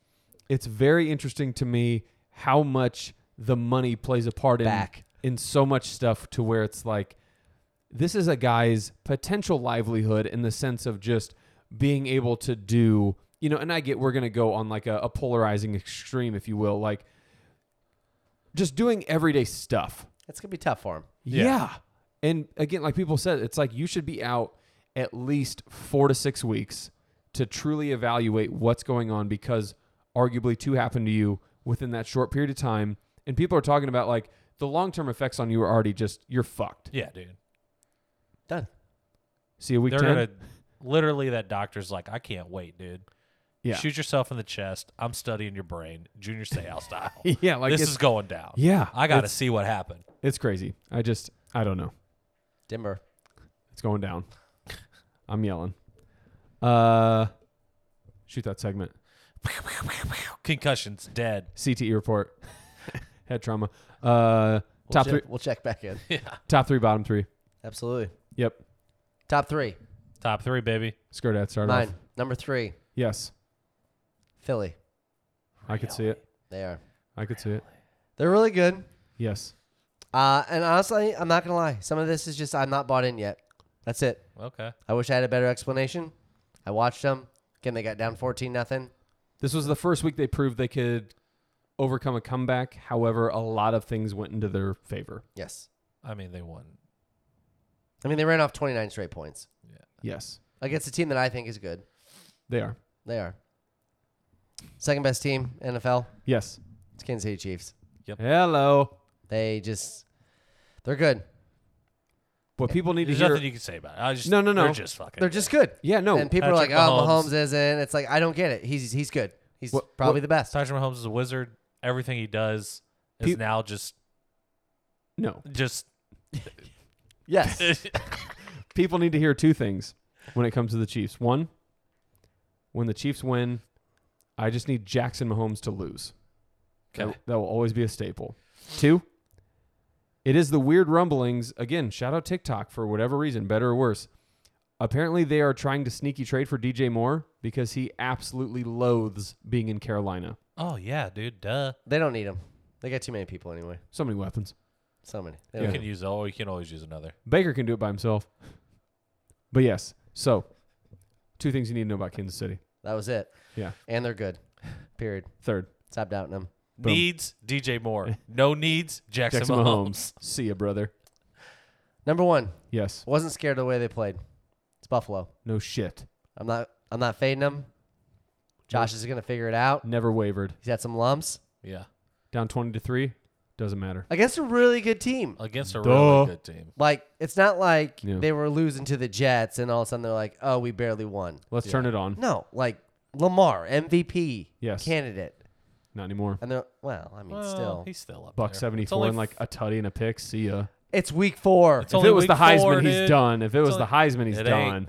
B: it's very interesting to me how much the money plays a part in
A: Back.
B: in so much stuff to where it's like this is a guy's potential livelihood in the sense of just being able to do you know and I get we're gonna go on like a, a polarizing extreme if you will like just doing everyday stuff
A: That's gonna be tough for him.
B: yeah.
C: Yeah.
B: And again, like people said, it's like you should be out at least four to six weeks to truly evaluate what's going on because arguably two happened to you within that short period of time. And people are talking about like the long term effects on you are already just you're fucked.
C: Yeah, dude.
A: Done.
B: See a week
C: They're
B: 10
C: gonna literally that doctor's like, I can't wait, dude.
B: Yeah.
C: Shoot yourself in the chest. I'm studying your brain, junior Seau style.
B: yeah, [laughs] like
C: this
B: it's,
C: is going down.
B: yeah.
C: I gotta
B: it's,
C: see what happened.
B: it's crazy. I just I don't know.
A: Dimmer.
B: It's going down. [laughs] I'm yelling. Uh, shoot that segment.
C: Concussions, dead.
B: CTE report. [laughs] Head trauma. Uh,
A: We'll
B: top
A: check,
B: three,
A: We'll check back in.
C: Yeah.
B: top three, bottom three.
A: Absolutely.
B: Yep.
A: Top three.
C: Top three, baby.
B: Skirt at start
A: Mine.
B: off.
A: Number three.
B: Yes,
A: Philly.
B: I could see it.
A: They are.
B: I could see it.
A: They're really good.
B: Yes.
A: Uh, and honestly, I'm not gonna lie. Some of this is just I'm not bought in yet. That's it.
C: Okay.
A: I wish I had a better explanation. I watched them. Again, they got down 14 nothing.
B: This was the first week they proved they could overcome a comeback. However, a lot of things went into their favor.
A: Yes.
C: I mean, they won.
A: I mean, they ran off 29 straight points
B: Yes,
A: against a team that I think is good.
B: they are.
A: They are. Second best team NFL.
B: Yes.
A: It's Kansas City Chiefs.
B: Hello.
A: They just they're good.
B: What people need
C: There's
B: to hear.
C: nothing you can say about it. I just,
B: No, no, no.
C: They're just fucking.
A: They're just good.
B: yeah, no.
A: and people
C: Patrick
A: are like, "Oh,
C: Mahomes.
A: Mahomes isn't." It's like I don't get it. He's he's good. He's
B: What-
A: probably
B: what-
A: the best.
C: Patrick Mahomes is a wizard. Everything he does is
B: Peop-
C: now just
B: no.
C: just [laughs]
A: Yes.
B: people need to hear two things when it comes to the Chiefs. One, when the Chiefs win, I just need Jackson Mahomes to lose. That-
C: Okay.
B: that will always be a staple. Two, it is the weird rumblings. Again, shout out TikTok for whatever reason, better or worse. Apparently, they are trying to sneaky trade for DJ Moore because he absolutely loathes being in Carolina.
C: Oh yeah, dude. Duh.
A: they don't need him. They got too many people anyway.
B: So many weapons.
A: So many. They
C: You
A: don't
C: can use oh, you can always use another.
B: Baker can do it by himself. But yes, so two things you need to know about Kansas City.
A: That was it.
B: Yeah.
A: And they're good. Period.
B: Third,
A: Stop doubting them.
B: Boom.
C: Needs DJ
B: [laughs]
C: Moore. No needs Jackson,
B: Jackson
C: Mahomes.
B: Mahomes. See ya, brother.
A: Number one,
B: Yes.
A: wasn't scared of the way they played. It's Buffalo.
B: No shit.
A: I'm not. I'm not fading them. Josh is gonna figure it out.
B: Never wavered.
A: He's had some lumps
C: [laughs] Yeah,
B: Down 20 to 3. Doesn't matter.
A: against a really good team.
C: against a
B: Duh.
C: really good team.
A: Like it's not like
B: Yeah.
A: they were losing to the Jets and all of a sudden they're like, oh, we barely won.
B: Let's turn it on.
A: No, like Lamar MVP
B: Yes.
A: candidate,
B: Not anymore.
A: and they're well. I mean,
C: Well,
A: still,
C: he's still up
B: Buck
C: there.
B: seventy
C: It's only
B: four and like
C: f-
B: a tutty and a pick. See ya.
A: it's week four.
C: It's
B: If
C: only
B: it was
C: week
B: the Heisman,
C: four,
B: he's
C: dude.
B: done. If it was the
C: only-
B: Heisman, he's
C: It
B: done.
C: ain't.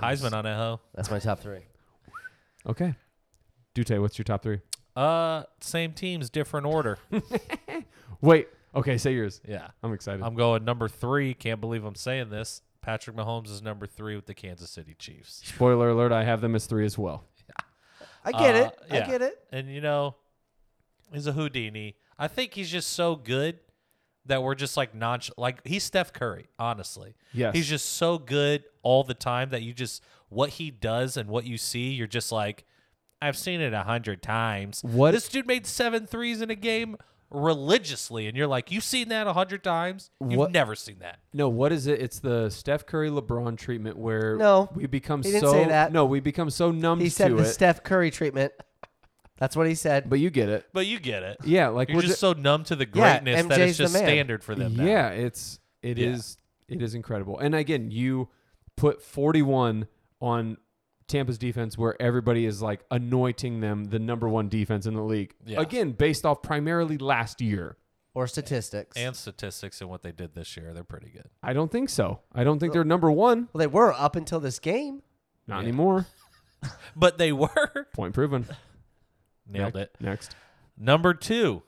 C: Heisman on that hoe.
A: That's my top three.
B: Okay. Dute, what's your top three?
C: Uh, same teams,
B: [laughs]
C: different order.
B: Wait. Okay, say yours.
C: yeah,
B: I'm excited.
C: I'm going number three. Can't believe I'm saying this. Patrick Mahomes is number three with the Kansas City Chiefs.
B: Spoiler alert, I have them as three as well.
A: I get
C: Uh,
A: it.
C: yeah.
A: I get it.
C: And you know, he's a Houdini. I think he's just so good that we're just like non like he's Steph Curry, honestly.
B: Yes.
C: He's just so good all the time that you just what he does and what you see, you're just like, I've seen it a hundred times.
B: What-
C: this dude made seven threes in a game religiously, and you're like, You've seen that a hundred times? You've
B: What-
C: never seen that.
B: No, what is it? It's the Steph Curry LeBron treatment where
A: No,
B: we become
A: he didn't
B: so
A: say that.
B: no, we become so numb
A: He
B: to
A: said the
B: it.
A: Steph Curry treatment. That's what he said.
B: but you get it.
C: But you get it.
B: Yeah, like
C: You're
B: we're
C: just,
B: ju-
C: so numb to the
A: Yeah,
C: greatness that
A: MJ's
C: it's
A: the
C: just
A: man.
C: standard for them. now.
B: Yeah, it's it is
C: Yeah.
B: it is incredible. And again, you put 41 on Tampa's defense where everybody is like anointing them the number 1 defense in the league.
C: Yeah.
B: Again, based off primarily last year.
A: Or statistics.
C: And statistics and what they did this year, they're pretty good.
B: I don't think so. I don't think they're number 1
A: well, they were up until this game.
B: not
C: Yeah.
B: anymore.
C: But they [laughs] were.
B: Point proven.
C: [laughs] Nailed
B: Next-
C: it.
B: Next.
C: Number two,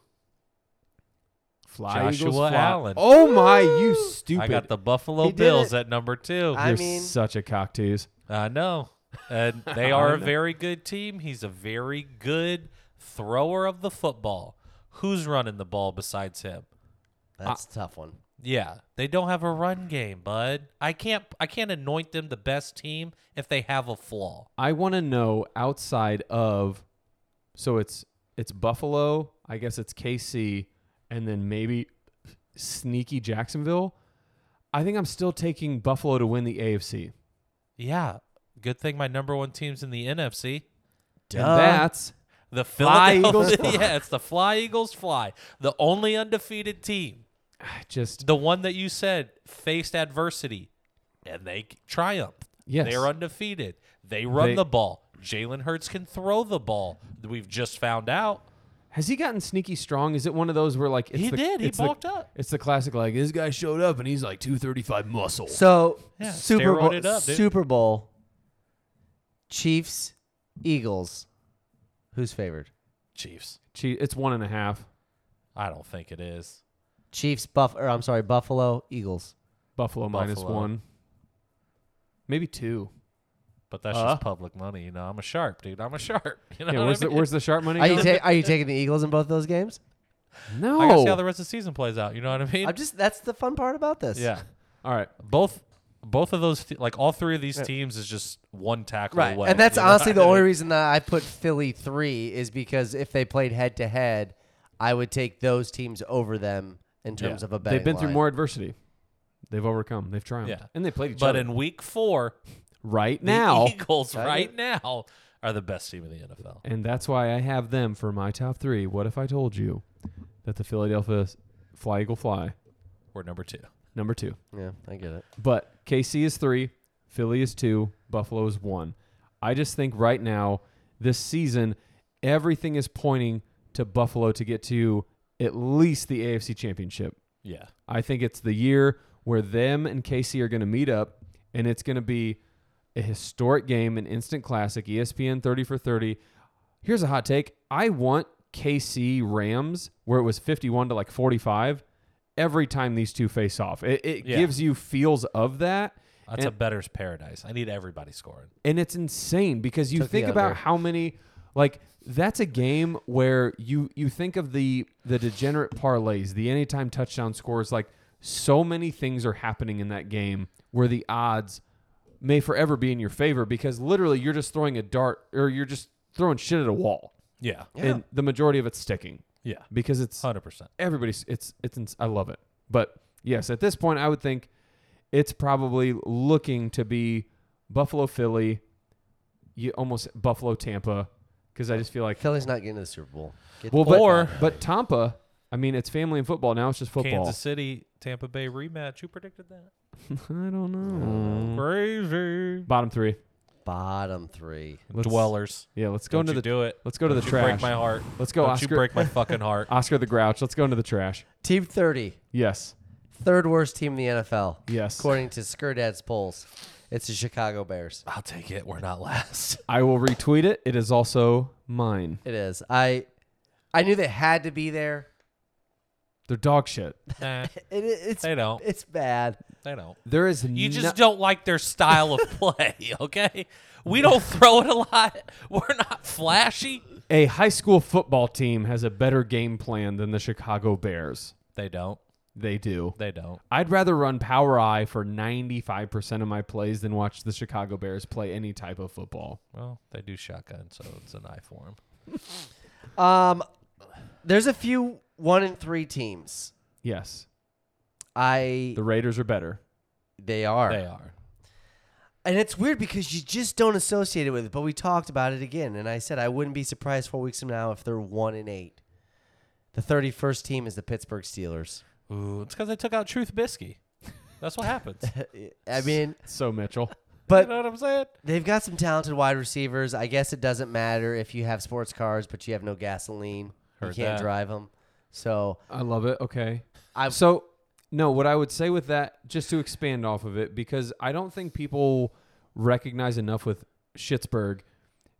B: Fly
C: Joshua
B: Eagles, fly.
C: Allen.
B: Oh my, you stupid.
C: I got the Buffalo
A: He did
C: Bills
A: it.
C: at number two.
A: I
B: You're
A: mean-
B: such a cocktease.
C: I know. And
A: [laughs]
C: they
B: I
C: are a
B: know.
C: very good team. He's a very good thrower of the football. Who's running the ball besides him? Uh,
A: That's a tough one.
C: Yeah, they don't have a run game, bud. I can't I can't anoint them the best team if they have a flaw.
B: I want to know outside of so it's it's Buffalo, I guess it's KC and then maybe sneaky Jacksonville. I think I'm still taking Buffalo to win the AFC.
C: Yeah, good thing my number one team's in the NFC.
B: And that's
C: The
B: Fly
C: [laughs] Philadelphia-
B: Eagles
C: yeah, it's the Fly Eagles fly. The only undefeated team.
B: Just
C: The one that you said faced adversity and they triumphed.
B: Yes.
C: They're undefeated. They run
B: They-
C: the ball. Jalen Hurts can throw the ball. We've just found out.
B: has he gotten sneaky strong? Is it one of those where like it's
C: He
B: the,
C: did. He
B: it's the-
C: bulked up.
B: It's the classic like this guy showed up and he's like two thirty five muscle.
A: So
C: Yeah,
A: Super
C: steroid
A: Bowl,
C: it up, dude.
A: Super Bowl, Chiefs, Eagles. Who's favored?
C: Chiefs.
B: Gee, it's one and a half.
C: I don't think it is.
A: Chiefs, Buff, or I'm sorry, Buffalo, Eagles.
B: Buffalo, minus
C: Buffalo.
B: one. Maybe two.
C: But that's
B: Uh?
C: just public money, you know. I'm a sharp, dude. I'm a sharp. [laughs] You know
B: Yeah, where's
C: what [laughs] I
B: the
C: mean?
B: where's the sharp money?
A: Are you,
B: go?
A: ta- are you taking the Eagles in both those games?
B: no.
C: I gotta see how the rest of the season plays out. You know what I mean?
A: I'm just that's the fun part about this.
C: yeah.
B: All right.
C: Both both of those te- like all three of these teams is just one tackle
A: Right.
C: away.
A: and that's
C: you know
A: honestly
B: [laughs]
C: what
A: the
C: I
A: only
C: [laughs] mean?
A: reason that I put Philly 3 is because if they played head to head, I would take those teams over them in terms
C: Yeah.
A: of a betting
B: They've been through
A: line.
B: more adversity. They've overcome. They've triumphed.
C: Yeah.
B: And they played each
C: But
B: other.
C: in week four,
B: right
C: the
B: now.
C: Eagles
A: I
C: right now are the best team in the NFL.
B: And that's why I have them for my top three. What if I told you that the Philadelphia Fly Eagle Fly,
C: We're number two.
B: number two.
A: Yeah, I get it.
B: But KC is three, Philly is two, Buffalo is one. I just think right now, this season, everything is pointing to Buffalo to get to at least the AFC championship.
C: Yeah.
B: I think it's the year where them and KC are going to meet up, and it's going to be a historic game, an instant classic. E ESPN 30 for 30. Here's a hot take I want KC Rams, where it was 51 to like 45, every time these two face off. It, it
C: Yeah.
B: gives you feels of that.
C: That's a
B: And-
C: better's paradise. I need everybody scoring.
B: and it's insane because you
A: Took the
B: think about
A: under.
B: how many like that's a game where you you think of the the degenerate parlays, the anytime touchdown scores like so many things are happening in that game where the odds may forever be in your favor because literally you're just throwing a dart or you're just throwing shit at a wall
C: Yeah.
B: and the majority of it's sticking
C: Yeah.
B: because it's
C: Hundred percent.
B: everybody's it's it's ins- I love it. But yes, at this point I would think it's probably looking to be Buffalo Philly, you almost Buffalo Tampa cuz I just feel
A: [laughs]
B: like
A: Philly's not getting to the Super Bowl. Get
B: well
A: the
B: but,
A: fuck
C: or-
A: out.
B: but Tampa, I mean it's family and football now it's just football.
C: Kansas [laughs] City, Tampa Bay rematch. Who predicted that?
B: I don't know.
C: Crazy.
B: Mm. Bottom 3.
A: bottom 3.
B: Let's-
C: Dwellers.
B: Yeah, let's go
C: Don't
B: into the
C: you do it.
B: let's go to
C: Don't
B: the
C: you
B: trash.
C: Break my heart.
B: Let's go
C: Don't
B: Oscar
C: you
B: [laughs]
C: break my fucking heart.
B: Oscar the Grouch. Let's go into the trash.
A: Team 30,
B: Yes.
A: third worst team in the NFL.
B: Yes.
A: According to Skurdad's polls, it's the Chicago Bears.
C: I'll take it. We're not last. [laughs]
B: I will retweet it. It is also mine.
A: It is. I I knew they had to be there.
B: They're dog shit.
C: nah,
A: [laughs] It, it- it's
C: they don't.
A: it's bad.
C: They don't.
B: There is
C: You
B: no-
C: just don't like their style of [laughs] play, okay? We [laughs] don't throw it a lot. We're not flashy.
B: A high school football team has a better game plan than the Chicago Bears.
C: They don't.
B: They do.
C: They don't.
B: I'd rather run Power Eye for 95% of my plays than watch the Chicago Bears play any type of football.
C: Well, they do shotgun, so it's an eye for them.
A: Um, there's a few one and three teams.
B: Yes.
A: I
B: The Raiders are better.
A: they are.
C: They are.
A: and it's weird because you just don't associate it with it. But we talked about it again, and I said I wouldn't be surprised four weeks from now if they're one and eight. The thirty first team is the Pittsburgh Steelers. [laughs]
C: Ooh, it's because they took out Truth Bisky. That's what [laughs] happens.
A: I mean,
B: So, Mitchell.
C: you
A: but
C: know what I'm saying?
A: They've got some talented wide receivers. I guess it doesn't matter if you have sports cars, but you have no gasoline.
C: Heard
A: you can't
C: that.
A: drive 'em. drive them. So
B: [laughs] I love it. Okay.
A: I-
B: so, no, what I would say with that, just to expand off of it, because I don't think people recognize enough with Schittsburg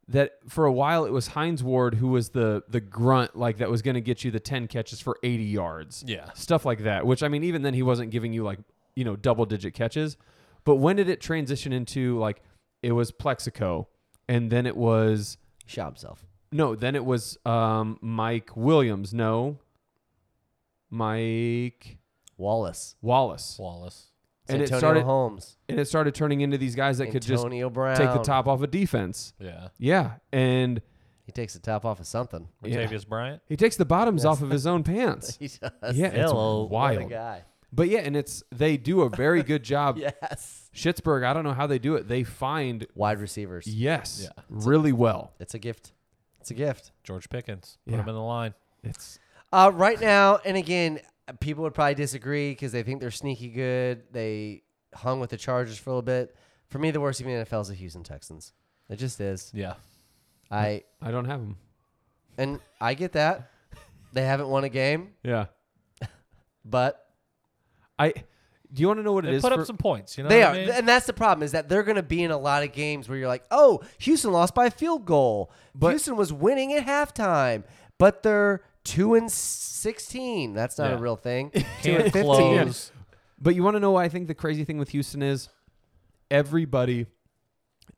B: that for a while it was Heinz Ward who was the the grunt like that was going to get you the 10 catches for 80 yards.
C: Yeah.
B: Stuff like that, which I mean even then he wasn't giving you like, you know, double digit catches. But when did it transition into like it was Plexico and then it was
A: shot himself.
B: no, then it was um, Mike Williams. No, Mike
A: Wallace,
B: Wallace,
C: Wallace.
B: and it
A: Antonio
B: started
A: Holmes,
B: and it started turning into these guys that could just
A: Antonio Brown.
B: take the top off of defense.
C: Yeah.
B: Yeah, and
A: He takes the top off of something. [laughs]
B: Yeah.
C: Latavius Bryant.
B: he takes the bottoms off of his own pants.
A: He does.
B: Yeah, it's
C: Hello.
A: What a
B: wild.
A: guy.
B: But yeah, and it's they do a
A: [laughs]
B: very good job.
A: Yes.
B: Schittsburg, I don't know how they do it. They find
A: Wide receivers.
B: yes
C: Yeah.
B: really well.
A: It's a gift. It's a gift.
C: George Pickens. Put
B: Yeah.
C: him in the line.
B: It's
A: Uh, right now, and again, people would probably disagree because they think they're sneaky good. They hung with the Chargers for a little bit. For me, the worst team in the NFL is the Houston Texans. It just is.
C: Yeah.
A: I
B: I don't have them.
A: and I get that they haven't won a game,
B: Yeah.
A: but
B: I do you want to know what it
C: They
B: is?
C: put
B: for-
C: up some points. You know
A: they
C: what
A: are,
C: I mean?
A: and that's the problem is that they're going to be in a lot of games where you're like, oh, Houston lost by a field goal.
B: But-
A: Houston was winning at halftime, but they're two and sixteen. That's not a
C: Yeah.
A: real
C: [laughs]
A: thing. two and
C: Can't
A: fifteen.
C: close.
B: But you want to know why I think the crazy thing with Houston is everybody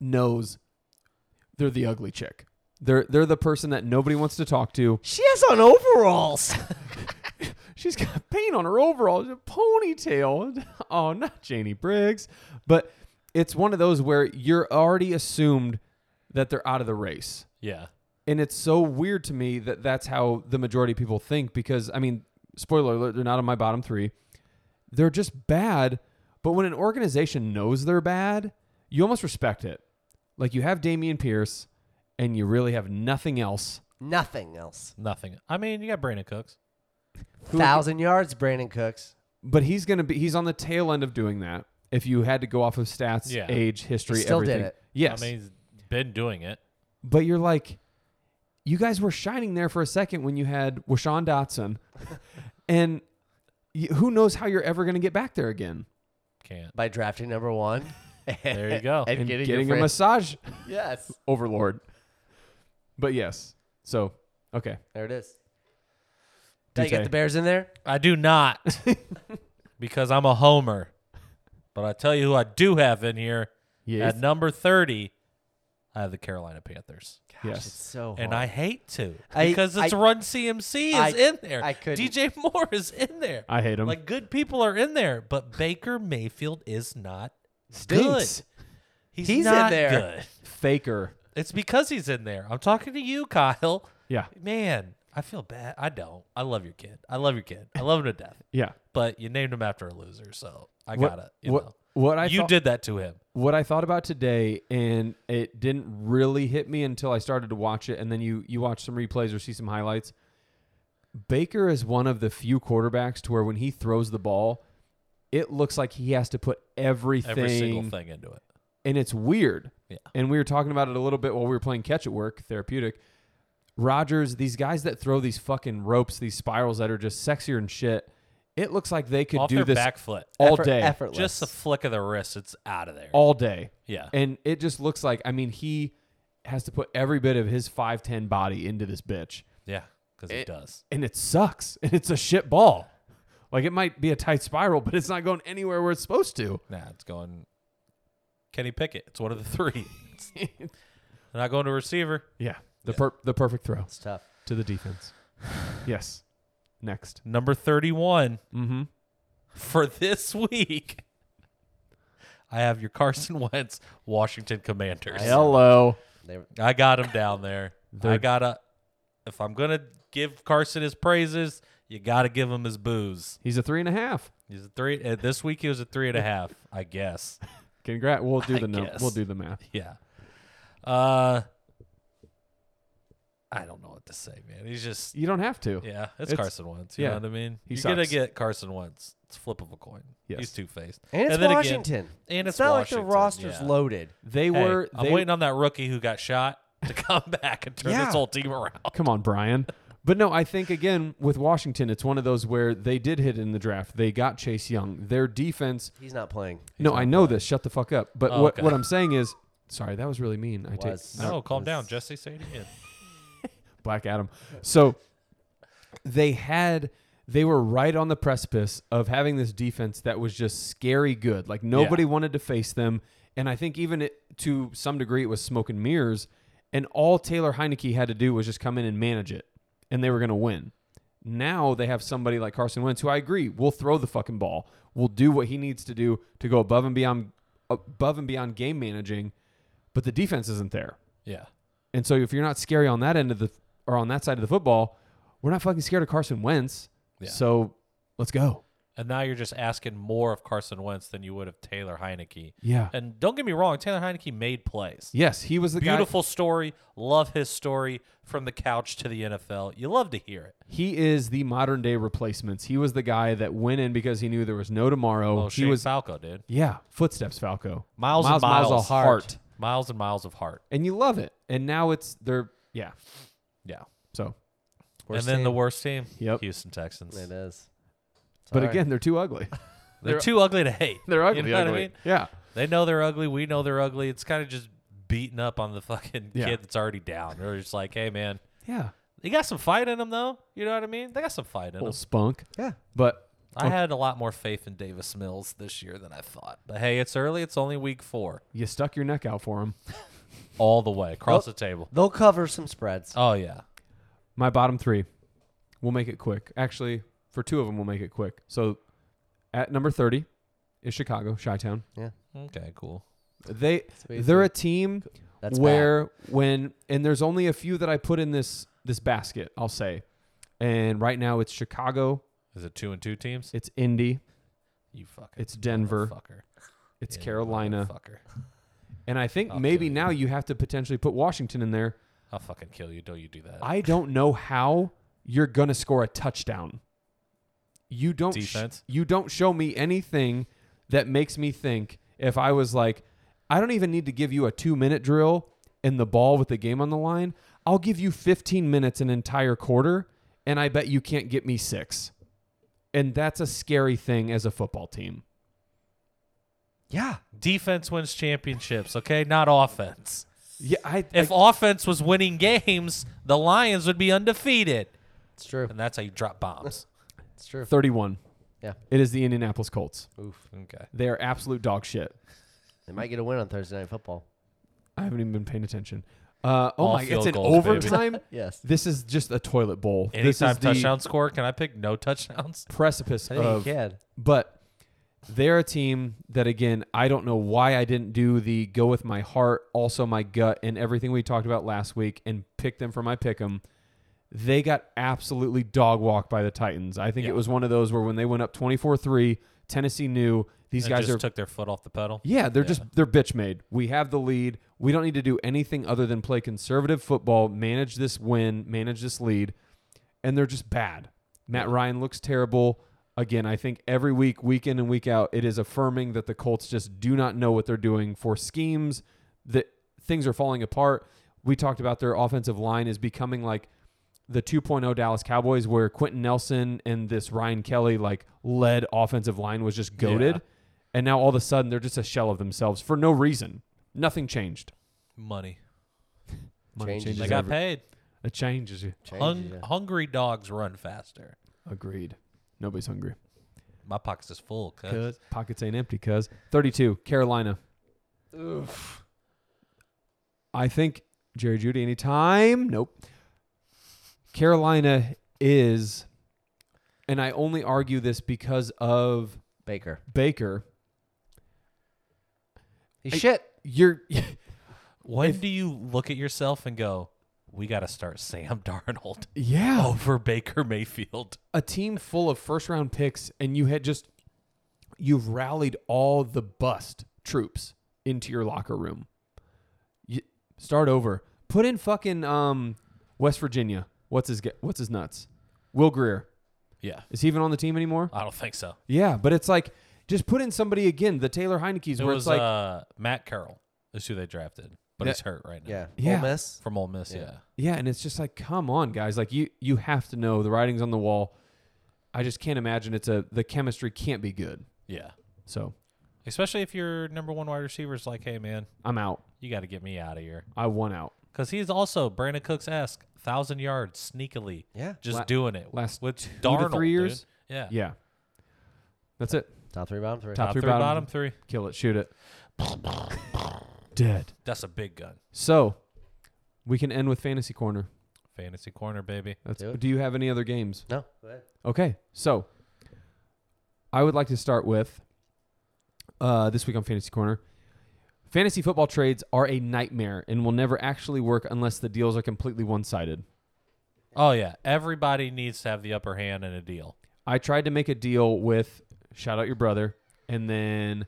B: knows they're the ugly chick. They're they're the person that nobody wants to talk to.
A: She has on overalls.
B: She's got paint on her overalls, a ponytail. [laughs] Oh, not Janie Briggs. But it's one of those where you're already assumed that they're out of the race.
C: Yeah.
B: And it's so weird to me that that's how the majority of people think because, I mean, spoiler alert, they're not on my bottom three. They're just bad. But when an organization knows they're bad, you almost respect it. Like you have Damian Pierce and you really have nothing else.
A: Nothing else.
C: Nothing. I mean, you got Brandon Cooks.
B: Who-
A: thousand yards, Brandon Cooks.
B: But he's going to be, he's on the tail end of doing that. If you had to go off of stats,
C: Yeah.
B: age, history,
A: He still did
B: everything.
A: it.
B: Yes.
C: I mean, he's been doing it.
B: but you're like, you guys were shining there for a second when you had Washawn Dotson, and y- who knows how you're ever going to get back there again?
C: Can't.
A: by drafting number one.
C: [laughs] There you go.
A: [laughs] and,
B: And
A: getting,
B: getting,
A: your
B: a
A: friend-
B: massage
A: Yes,
B: overlord. But yes, so okay,
A: there it is. Now you
B: DK.
A: got the Bears in there.
C: I do not
A: [laughs]
C: because I'm a homer. But I tell you who I do have in here
B: Yes.
C: at number 30, I have the Carolina Panthers.
B: yes,
A: It's so
C: And I
A: hard.
C: hate to
A: I-
C: because it's
A: I-
C: Run CMC is
A: I-
C: in there.
A: I couldn't.
C: DJ Moore is in there.
B: I hate him.
C: Like good people are in there, but Baker Mayfield is not
B: Stinks.
C: good. He's,
A: He's in
C: not
A: there.
C: good.
B: Faker.
C: It's because he's in there. I'm talking to you, Kyle.
B: Yeah,
C: Man, I feel bad. I don't. I love your kid. I love your kid. I love him to death.
B: yeah.
C: But you named him after a loser, so I
B: What-
C: got it. You,
B: what-
C: know.
B: what I
C: you
B: thought-
C: did that to him.
B: What I thought about today, and it didn't really hit me until I started to watch it, and then you you watch some replays or see some highlights. Baker is one of the few quarterbacks to where when he throws the ball, it looks like he has to put everything,
C: Every single thing into it.
B: and it's weird.
C: Yeah.
B: And we were talking about it a little bit while we were playing catch at work, therapeutic. Rogers, these guys that throw these fucking ropes, these spirals that are just sexier and shit. It looks like they could
C: Off
B: do
C: their
B: this
C: back foot.
B: all
A: Effort-
B: day,
A: effortless.
C: Just the flick of the wrist, it's out of there.
B: all day.
C: yeah.
B: And it just looks like, I mean, he has to put every bit of his 5'10 body into this bitch.
C: yeah. Because it, does.
B: And it sucks. [laughs] And it's a shit ball. Like, it might be a tight spiral, but it's not going anywhere where it's supposed to. [laughs]
C: Nah, it's going Kenny Pickett. It's one of the three. [laughs] It's- They're not going to receiver.
B: Yeah. The, Per- the perfect throw
A: it's tough.
B: to the defense. [sighs] yes. Next.
C: Number 31
B: Mm hmm.
C: for this [laughs] week. I have your Carson [laughs] Wentz Washington Commanders.
B: Hello.
A: They,
C: I got him down there. I gotta. If I'm gonna give Carson his praises, you gotta give him his booze.
B: He's a three and a half.
C: He's a three. Uh, this week he was a three and a half, I guess.
B: Congrats. We'll do the num-
C: guess.
B: we'll do the math.
C: Yeah. Uh, I don't know what to say, man. He's just
B: You don't have to.
C: yeah. It's,
B: It's-
C: Carson Wentz. You
B: yeah.
C: know what I mean?
B: He
C: You're gonna
B: sucks.
C: get Carson Wentz. It's a flip of a coin.
B: Yes.
C: He's two faced.
A: and it's
C: then
A: Washington.
C: Again, and it's,
A: not like
C: Washington,
A: the roster's
C: yeah.
A: loaded.
B: They
C: Hey,
B: were.
C: I'm
B: they-
C: waiting on that rookie who got shot to [laughs] come back and turn
A: Yeah.
C: this whole team around.
B: Come on, Brian. But no, I think again with Washington, it's one of those where they did hit in the draft. They got Chase Young. Their defense.
A: He's not playing.
B: no, I know this. Shut the fuck up. But
C: Oh,
B: what,
C: okay.
B: what I'm saying is, sorry, that was really mean. I take
A: Was.
B: no,
C: No, calm down, Jesse. Say it again.
B: Black Adam. So they had. They were right on the precipice of having this defense that was just scary good. Like nobody wanted to face them, and I think even it, to some degree it was smoke and mirrors. And all Taylor Heineke had to do was just come in and manage it, and they were going to win. Now they have somebody like Carson Wentz, who I agree will throw the fucking ball, will do what he needs to do to go above and beyond, above and beyond game managing, but the defense isn't there.
C: Yeah.
B: And so if you're not scary on that end of the or on that side of the football, we're not fucking scared of Carson Wentz.
C: Yeah.
B: So let's go.
C: And now you're just asking more of Carson Wentz than you would of Taylor Heineke.
B: Yeah.
C: And don't get me wrong, Taylor Heineke made plays.
B: Yes, he was the guy.
C: Beautiful story. Love his story from the couch to the NFL. You love to hear it.
B: He is the modern day replacements. He was the guy that went in because he knew there was no tomorrow.
C: Oh,
B: he
C: Shane
B: was
C: Falco, dude.
B: yeah, footsteps Falco.
C: Miles, and miles,
B: miles,
C: of
B: Hart.
C: heart. Miles and miles of heart.
B: and you love it. And now it's they're yeah.
C: Yeah.
B: So,
C: and then the worst team,
B: Yep.
C: Houston Texans.
A: It is.
B: but
A: Sorry.
B: again, they're too
C: [laughs]
B: ugly.
C: They're too ugly to hate.
B: [laughs] They're ugly.
C: You know what
B: ugly.
C: I mean?
B: Yeah.
C: They know they're ugly. We know they're ugly. It's kind of just beating up on the fucking
B: Yeah.
C: kid that's already down. They're just like, hey, man,
B: Yeah.
C: they got some fight in them, though. You know what I mean? They got some fight in
B: Little
C: them.
B: spunk.
A: Yeah.
B: But
C: I had a lot more faith in Davis Mills this year than I thought. But hey, it's early. It's only week four.
B: you stuck your neck out for him.
C: All the way
B: Oh.
C: across the table.
A: They'll cover some spreads.
C: Oh, yeah.
B: My bottom three. We'll make it quick. Actually, for two of them, we'll make it quick. So, at number thirty is Chicago, Chi Town.
C: Okay, cool.
B: They
A: what you
B: they're a team
A: That's
B: where when and there's only a few that I put in this this basket. I'll say, and right now it's Chicago,
C: Is it two and two teams?
B: it's Indy,
C: You fucking
B: it's Denver,
C: Fucker.
B: it's Carolina,
C: Fucker.
B: and I think
C: I'll
B: maybe
C: kill you.
B: now you have to potentially put Washington in there.
C: I'll fucking kill you. Don't you do that.
B: I don't know how you're gonna score a touchdown. You don't sh-
C: Defense.
B: you don't show me anything that makes me think if I was like, I don't even need to give you a two minute drill and the ball with the game on the line. I'll give you 15 minutes an entire quarter, and I bet you can't get me six. And that's a scary thing as a football team.
A: Yeah.
C: Defense wins championships, okay? Not offense.
B: Yeah, I,
C: If
B: I-
C: offense was winning games, the Lions would be undefeated.
A: It's true.
C: And that's how you
B: [laughs]
C: drop bombs.
A: It's true.
B: 31.
A: Yeah.
B: It is the Indianapolis Colts.
C: Oof. Okay.
B: They are absolute dog shit.
A: They might get a win on Thursday night football.
B: I haven't even been paying attention. Uh, oh
C: All
B: my! It's
C: field
B: an
C: goals, baby.
B: overtime. [laughs]
A: Yes.
B: This is just a toilet bowl. this
C: Anytime
B: is the
C: touchdown score, can I pick no touchdowns?
B: precipice
A: I think
B: of.
A: you can.
B: But they're a team that again, I don't know why I didn't do the go with my heart, also my gut, and everything we talked about last week, and pick them for my pick 'em. They got absolutely dog walked by the Titans. I think
C: Yeah.
B: it was one of those where when they went up 24-3, Tennessee knew these
C: And
B: guys
C: just
B: are
C: took their foot off the pedal.
B: yeah, they're just they're bitch made. We have the lead. We don't need to do anything other than play conservative football, manage this win, manage this lead, and they're just bad. Matt Ryan looks terrible. Again, I think every week, week in and week out, it is affirming that the Colts just do not know what they're doing for schemes, that things are falling apart. We talked about their offensive line is becoming like the 2.0 Dallas Cowboys where Quentin Nelson and this Ryan Kelly like led offensive line was just goaded.
C: Yeah.
B: And now all of a sudden they're just a shell of themselves for no reason. Nothing changed.
C: Money.
B: Money
A: Changes
C: They
A: Just
C: got
B: every-
C: paid.
B: It changes you.
A: Changes,
C: Hung-
A: yeah.
C: Hungry dogs run faster.
B: Agreed. Nobody's hungry.
C: My pocket's is full. Cause
B: Pockets ain't empty, cuz. 32, Carolina.
A: Oof.
B: I think Jerry Judy anytime. Nope. Carolina is, and I only argue this because of
A: Baker.
B: Baker.
A: He's
B: I-
A: shit.
B: You're [laughs]
C: When do you look at yourself and go, we got to start [laughs] Sam Darnold [laughs]
B: yeah.
C: over Baker Mayfield?
B: a team full of first round picks and you had just you've rallied all the bust troops into your locker room. You, start over. Put in fucking um, West Virginia. What's his ge- what's his nuts? Will Greer.
C: Yeah.
B: Is he even on the team anymore?
C: I don't think so.
B: Yeah, but it's like just put in somebody again, the Taylor Heineke's
C: It
B: where
C: was
B: it's like
C: uh, Matt Carroll is who they drafted, but
B: Yeah.
C: he's hurt right now.
A: Yeah.
B: Yeah.
A: Ole Miss.
C: From Ole Miss, yeah.
B: Yeah, and it's just like, come on, guys. Like you you have to know the writing's on the wall. I just can't imagine it's a the chemistry can't be good.
C: yeah.
B: So
C: Especially if your number one wide receiver is like, hey, man,
B: I'm out.
C: you got to get me out of here.
B: I won out.
C: Because he's also Brandon Cooks esque, 1,000 yards sneakily,
A: Yeah.
C: just
B: La-
C: doing it.
B: last
C: with
B: two to
C: Darnold,
B: three
C: dude.
B: years?
C: Yeah.
B: Yeah. That's it.
A: Top three, bottom three.
B: Top-
C: Top
B: three,
C: three,
B: bottom-
C: bottom, three.
B: Kill it. Shoot it. Dead.
C: That's a big gun.
B: So we can end with fantasy corner.
C: Fantasy corner, baby.
B: That's,
A: Do
B: do,
A: it.
B: you have any other games?
A: No. Go ahead.
B: Okay. So I would like to start with uh, this week on Fantasy Corner. Fantasy football trades are a nightmare and will never actually work unless the deals are completely one sided.
C: Oh, yeah. Everybody needs to have the upper hand in a deal.
B: I tried to make a deal with Shout out your brother, and then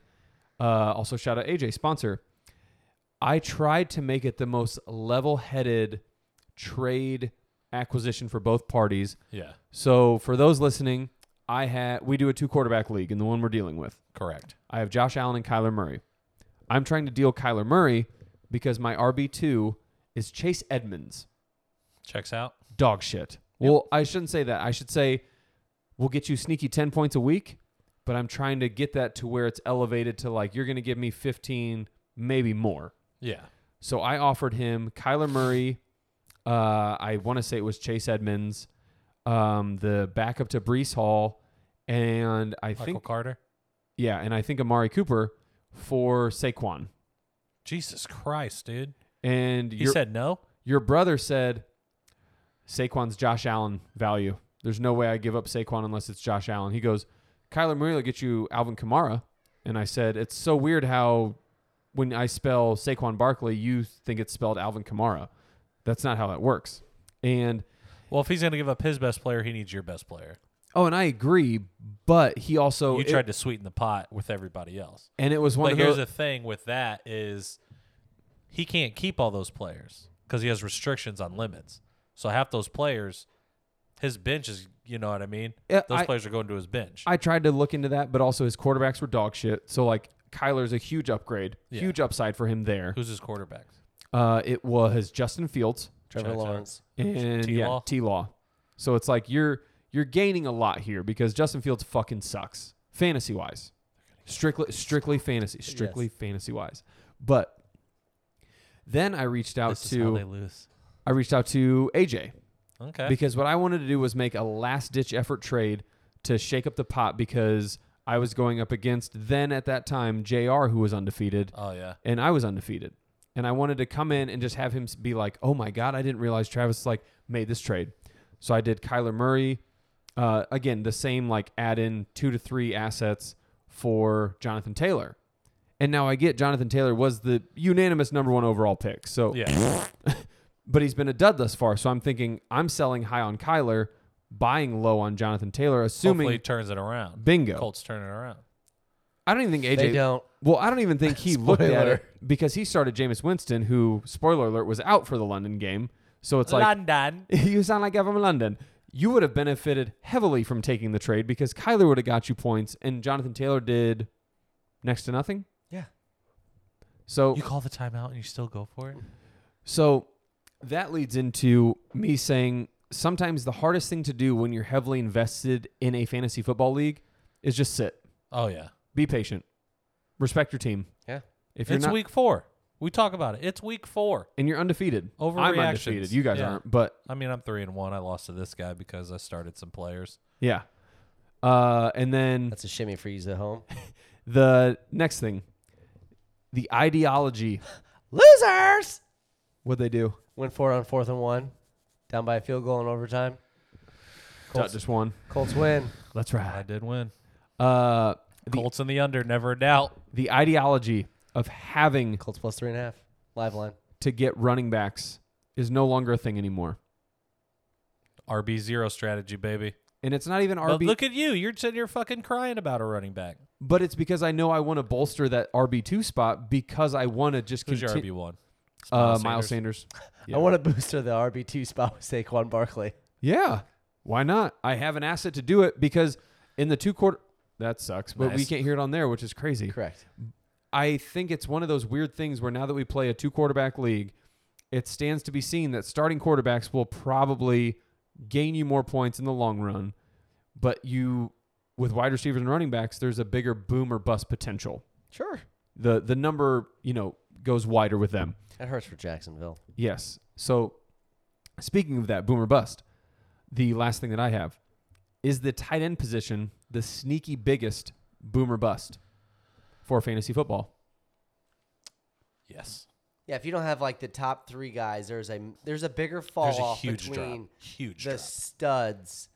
B: uh, also shout out AJ sponsor. I tried to make it the most level-headed trade acquisition for both parties.
C: Yeah,
B: So for those listening, I had we do a two quarterback league, and the one we're dealing with.
C: correct.
B: I have Josh Allen and Kyler Murray. I'm trying to deal Kyler Murray because my RB2 is Chase Edmonds.
C: Checks out.
B: Dog shit. Well, I shouldn't say that. I should say we'll get you sneaky 10 points a week, but I'm trying to get that to where it's elevated to like you're going to give me 15, maybe more.
C: Yeah,
B: So I offered him Kyler Murray. Uh, I want to say it was Chase Edmonds, um, the backup to Brees Hall, and I
C: Michael
B: think
C: Carter.
B: yeah, and I think Amari Cooper for Saquon.
C: Jesus Christ, dude.
B: And
C: He
B: your,
C: said no.
B: your brother said Saquon's Josh Allen value. There's no way I give up Saquon unless it's Josh Allen. He goes, Kyler Murray will get you Alvin Kamara. And I said, it's so weird how when I spell Saquon Barkley, you think it's spelled Alvin Kamara. That's not how that works. And
C: Well, if he's gonna give up his best player, he needs your best player.
B: oh, and I agree, but he also
C: you
B: it-
C: tried to sweeten the pot with everybody else.
B: and it was one
C: But
B: of
C: here's
B: those,
C: the thing with that is he can't keep all those players because he has restrictions on limits. So half those players, his bench is, you know what I mean?
B: Yeah,
C: those
B: I-
C: players are going to his bench.
B: I tried to look into that, but also his quarterbacks were dog shit. So like Kyler's a huge upgrade,
C: Yeah.
B: huge upside for him there.
C: Who's his quarterback?
B: Uh, it was Justin Fields
A: Trevor
C: Checks out.
A: Lawrence.
B: and yeah,
C: T-Law.
B: T Law. So it's like you're you're gaining a lot here because Justin Fields fucking sucks fantasy wise, strictly strictly fantasy, strictly fantasy wise. But then I reached out
C: This is how they
B: to
C: lose.
B: I reached out to AJ
C: Okay.
B: because what I wanted to do was make a last ditch effort trade to shake up the pot because I was going up against then at that time JR who was undefeated
C: oh yeah.
B: and I was undefeated. And I wanted to come in and just have him s- be like, "Oh my god, I didn't realize Travis like made this trade." So I did Kyler Murray, uh, again the same like add in two to three assets for Jonathan Taylor, and now I get Jonathan Taylor was the unanimous number one overall pick. So,
C: [coughs] Yeah.
B: but he's been a dud thus far. So I'm thinking I'm selling high on Kyler, buying low on Jonathan Taylor, assuming
C: Hopefully he turns it [coughs] around.
B: bingo.
C: Colts turn it around.
B: I don't even think AJ
A: They don't.
B: well, I don't even think he looked at
A: Spoiler.
B: it because he started Jameis Winston, who, spoiler alert, was out for the London game. So it's like,
C: London.
B: [laughs] you sound like Evan London. You would have benefited heavily from taking the trade because Kyler would have got you points and Jonathan Taylor did next to nothing.
A: Yeah.
B: So,
C: You call the timeout and you still go for it?
B: so that leads into me saying sometimes the hardest thing to do when you're heavily invested in a fantasy football league is just sit,
C: Oh yeah.
B: be patient, respect your team.
A: Yeah.
B: If you're
C: It's
B: not,
C: week four. We talk about it. It's week four.
B: and you're undefeated. I'm
C: Overreactions.
B: undefeated. You guys
C: Yeah.
B: aren't, but
C: I mean, I'm three and one. I lost to this guy because I started some players.
B: yeah. Uh, and then
A: That's a shimmy for you at home.
B: the next thing, the ideology.
A: Losers.
B: What they do?
A: Went for it on fourth and one, down by a field goal in overtime.
B: Colts.
A: Colts,
B: Just one.
A: Colts win.
B: Let's
C: I
B: ride.
C: did win.
B: Uh, the
C: Colts in the under, never a doubt.
B: the ideology of having
A: Colts plus three and a half. Live line.
B: to get running backs is no longer a thing anymore,
C: RB zero strategy, baby.
B: and it's not even
C: But
B: RB.
C: look at you. You're sitting here fucking crying about a running back.
B: but it's because I know I want to bolster that RB two spot because I want to just
C: Who's your
B: continue.
C: RB one?
B: Uh, Miles Sanders. Yeah.
A: I want to booster the RB two spot with Saquon Barkley.
B: Yeah. Why not? I have an asset to do it because in the two quarter that sucks, but we
C: Nice.
B: can't hear it on there, which is crazy.
A: Correct.
B: I think it's one of those weird things where now that we play a two quarterback league, it stands to be seen that starting quarterbacks will probably gain you more points in the long run, but you with wide receivers and running backs, there's a bigger boom or bust potential.
A: Sure.
B: The the number, you know, goes wider with them.
A: That hurts for Jacksonville.
B: Yes. So, speaking of that, boomer bust, the last thing that I have is the tight end position the sneaky biggest boomer bust for fantasy football.
C: Yes.
A: Yeah, if you don't have like the top three guys, there's a there's a bigger fall
C: There's a
A: off
C: huge drop.
A: between
C: Huge
A: the
C: drop.
A: studs,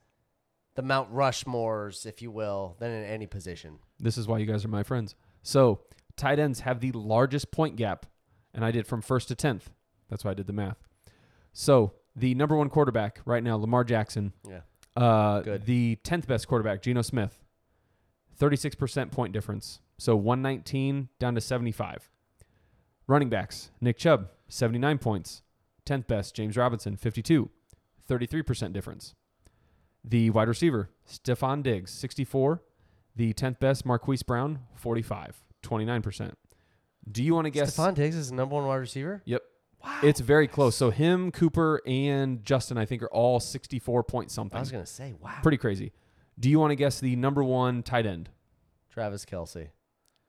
A: the Mount Rushmores, if you will, than in any position.
B: This is why you guys are my friends. So, tight ends have the largest point gap, and I did from first to 10th. That's why I did the math. So, the number one quarterback right now, Lamar Jackson.
A: Yeah.
B: Uh,
A: Good.
B: The 10th best quarterback, Geno Smith. 36 percent point difference. So 119 down to 75. Running backs: Nick Chubb, 79 points, 10th best. James Robinson, 52, 33 percent difference. The wide receiver: Stephon Diggs, 64. The 10th best, Marquise Brown, 45, 29 percent. Do you want to guess?
A: Stephon Diggs is the number one wide receiver.
B: Yep. It's very close. So him, Cooper, and Justin, I think, are all 64 point something.
A: I was gonna say, wow,
B: Pretty crazy. Do you want to guess the number one tight end?
A: Travis Kelsey.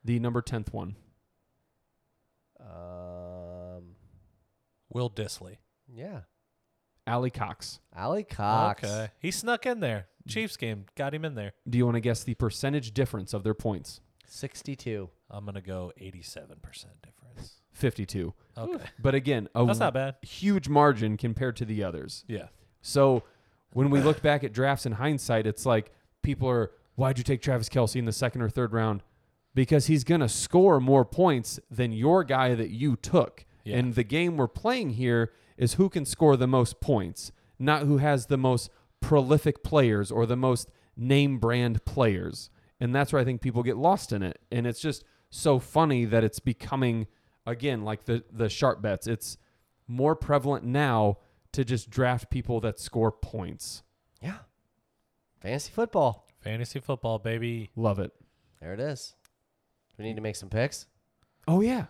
B: The number 10th one?
A: Um,
C: Will Disley.
A: yeah,
B: Allie Cox.
A: Ali Cox.
C: Okay. He snuck in there. Chiefs game got him in there.
B: Do you want to guess the percentage difference of their points?
A: sixty-two.
C: I'm gonna go 87 percent difference.
B: 52.
C: Okay,
B: But again, a
C: that's not bad.
B: huge margin compared to the others.
C: Yeah,
B: So when we look back at drafts in hindsight, it's like people are, why'd you take Travis Kelsey in the second or third round? Because he's going to score more points than your guy that you took.
C: Yeah.
B: And the game we're playing here is who can score the most points, not who has the most prolific players or the most name brand players. And that's where I think people get lost in it. And it's just so funny that it's becoming, again, like the, the sharp bets. It's more prevalent now to just draft people that score points.
A: Yeah, fantasy football.
C: fantasy football, baby.
B: Love it.
A: There it is. We need to make some picks.
B: Oh yeah.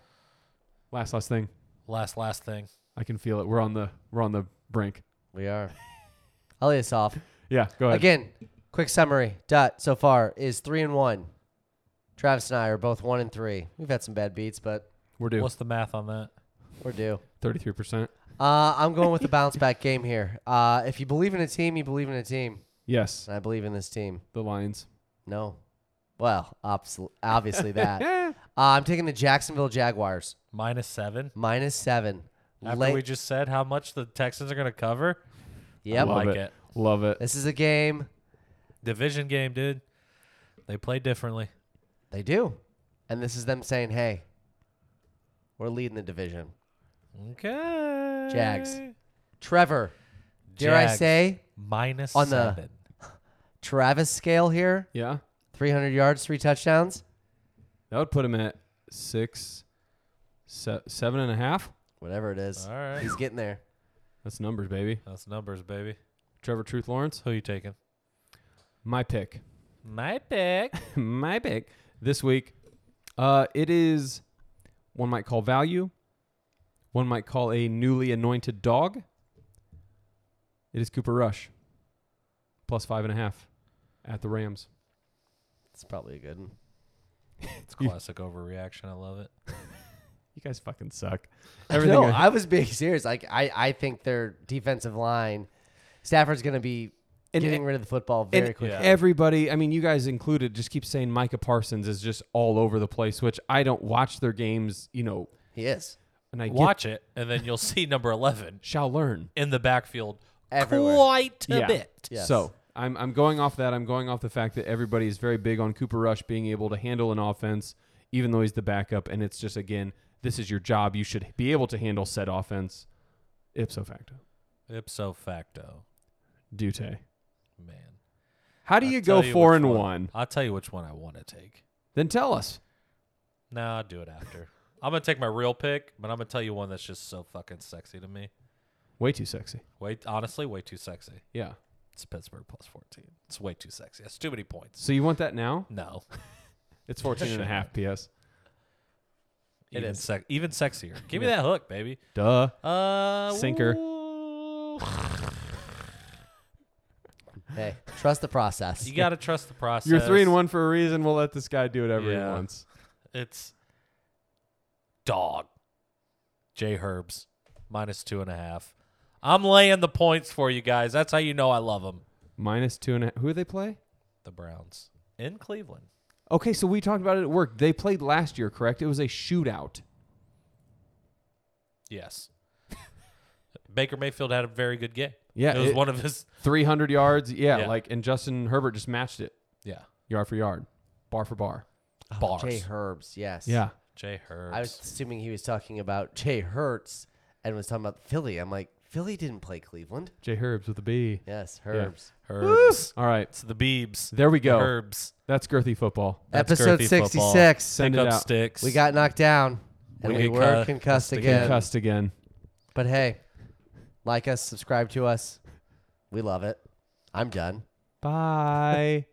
B: Last last thing.
C: Last last thing.
B: I can feel it. We're on the we're on the brink.
A: We are. I'll lead us off
B: Yeah, go ahead.
A: again. Quick summary. Dot so far is three and one. Travis and I are both one and three. We've had some bad beats, but
B: We're due.
C: What's the math on that?
A: we're due.
B: Thirty three percent.
A: Uh, I'm going with the bounce back game here. Uh, if you believe in a team, you believe in a team,
B: Yes.
A: and I believe in this team.
B: The Lions.
A: No, well, obs- obviously that. uh,
B: Yeah.
A: I'm taking the Jacksonville Jaguars
C: Minus seven.
A: minus seven.
C: After
A: Late-
C: we just said how much the Texans are gonna cover.
A: yep.
B: Love it.
C: like it.
B: Love it.
A: This is a game
C: Division game, dude. They play differently.
A: they do, and this is them saying, "Hey, we're leading the division."
C: Okay.
A: Jags. Trevor, dare I
C: Jags.
A: say,
C: Minus
A: On the-
C: seven.
A: Travis scale here,
B: Yeah.
A: 300 yards, three touchdowns.
B: That would put him at six se- seven and a half.
A: Whatever it is,
C: All right.
A: he's getting there.
B: That's numbers, baby.
C: That's numbers, baby.
B: Trevor Truth Lawrence.
C: Who you taking?
B: My pick.
C: My pick.
B: [laughs] my pick this week. Uh, it is one might call value, one might call a newly anointed dog. It is Cooper Rush, plus five and a half at the Rams.
A: It's probably a good
C: [laughs]
A: one.
C: It's classic overreaction. I love it.
B: You guys fucking suck.
A: Everything
B: Everything
A: no,
B: I-
A: I, was being [laughs] serious. Like I, I think their defensive line, Stafford's going to be
B: And-
A: getting rid of the football very
B: and
A: quickly.
B: everybody, I mean, you guys included, just keep saying Micah Parsons is just all over the place, which I don't watch their games, you know,
A: He is
B: and I get,
C: Watch it, and then you'll [laughs] see number 11
B: shall learn.
C: in the backfield
A: everywhere.
C: quite a
B: Yeah.
C: bit.
A: Yes.
B: So I'm, I'm going off that. I'm going off the fact that everybody is very big on Cooper Rush being able to handle an offense, even though he's the backup. And it's just, again, this is your job. You should be able to handle said offense ipso facto.
C: Ipso facto,
B: Dute.
C: man.
B: How do
C: I'll
B: you
C: tell
B: go four
C: which
B: and one?
C: I'll tell you which one I want to take.
B: Then tell us.
C: No, I'll do it after. [laughs] I'm gonna take my real pick, but I'm gonna tell you one that's just so fucking sexy to me.
B: Way too sexy.
C: Wait, honestly, way too sexy.
B: Yeah.
C: It's Pittsburgh plus 14. It's way too sexy. That's too many points.
B: So you want that now?
C: No, [laughs]
B: It's 14 and a half PS.
A: It
C: even
A: is.
C: sec- even sexier. Give me that hook, baby.
B: Duh.
C: Uh,
B: Sinker.
C: ooh.
A: Hey, trust the process.
C: [laughs] You gotta trust the process.
B: You're three and one for a reason. We'll let this guy do whatever he
C: Yeah.
B: wants.
C: It's dog. J Herbs minus two and a half. I'm laying the points for you guys. That's how you know I love them.
B: Minus two and a half. Who do they play?
C: The Browns in Cleveland.
B: Okay, so we talked about it at work. They played last year, correct? It was a shootout.
C: Yes. [laughs] Baker Mayfield had a very good game.
B: Yeah,
C: it was
B: it-
C: one of his.
B: 300 yards. Yeah,
C: Yeah.
B: like and Justin Herbert just matched it
C: Yeah,
B: yard for yard, bar for bar.
C: bars.
A: Jay Herbs, yes.
C: Jay Herbs.
A: I was assuming he was talking about Jay Hurts and was talking about Philly. I'm like, Philly didn't play Cleveland.
B: J Herbs with a B.
A: Yes, Herbs.
C: Herbs.
B: All right.
C: It's the Beebs.
B: There we
C: The
B: go.
C: Herbs.
B: That's girthy football.
C: That's
A: Episode
C: girthy football.
A: 66.
B: Send
C: Pick
B: it
C: up
B: out.
C: sticks.
A: We got knocked down and
C: We
A: we,
C: get
A: were
C: cut.
A: concussed again.
B: Concussed again.
A: But hey, like us, subscribe to us. We love it. I'm done.
B: Bye.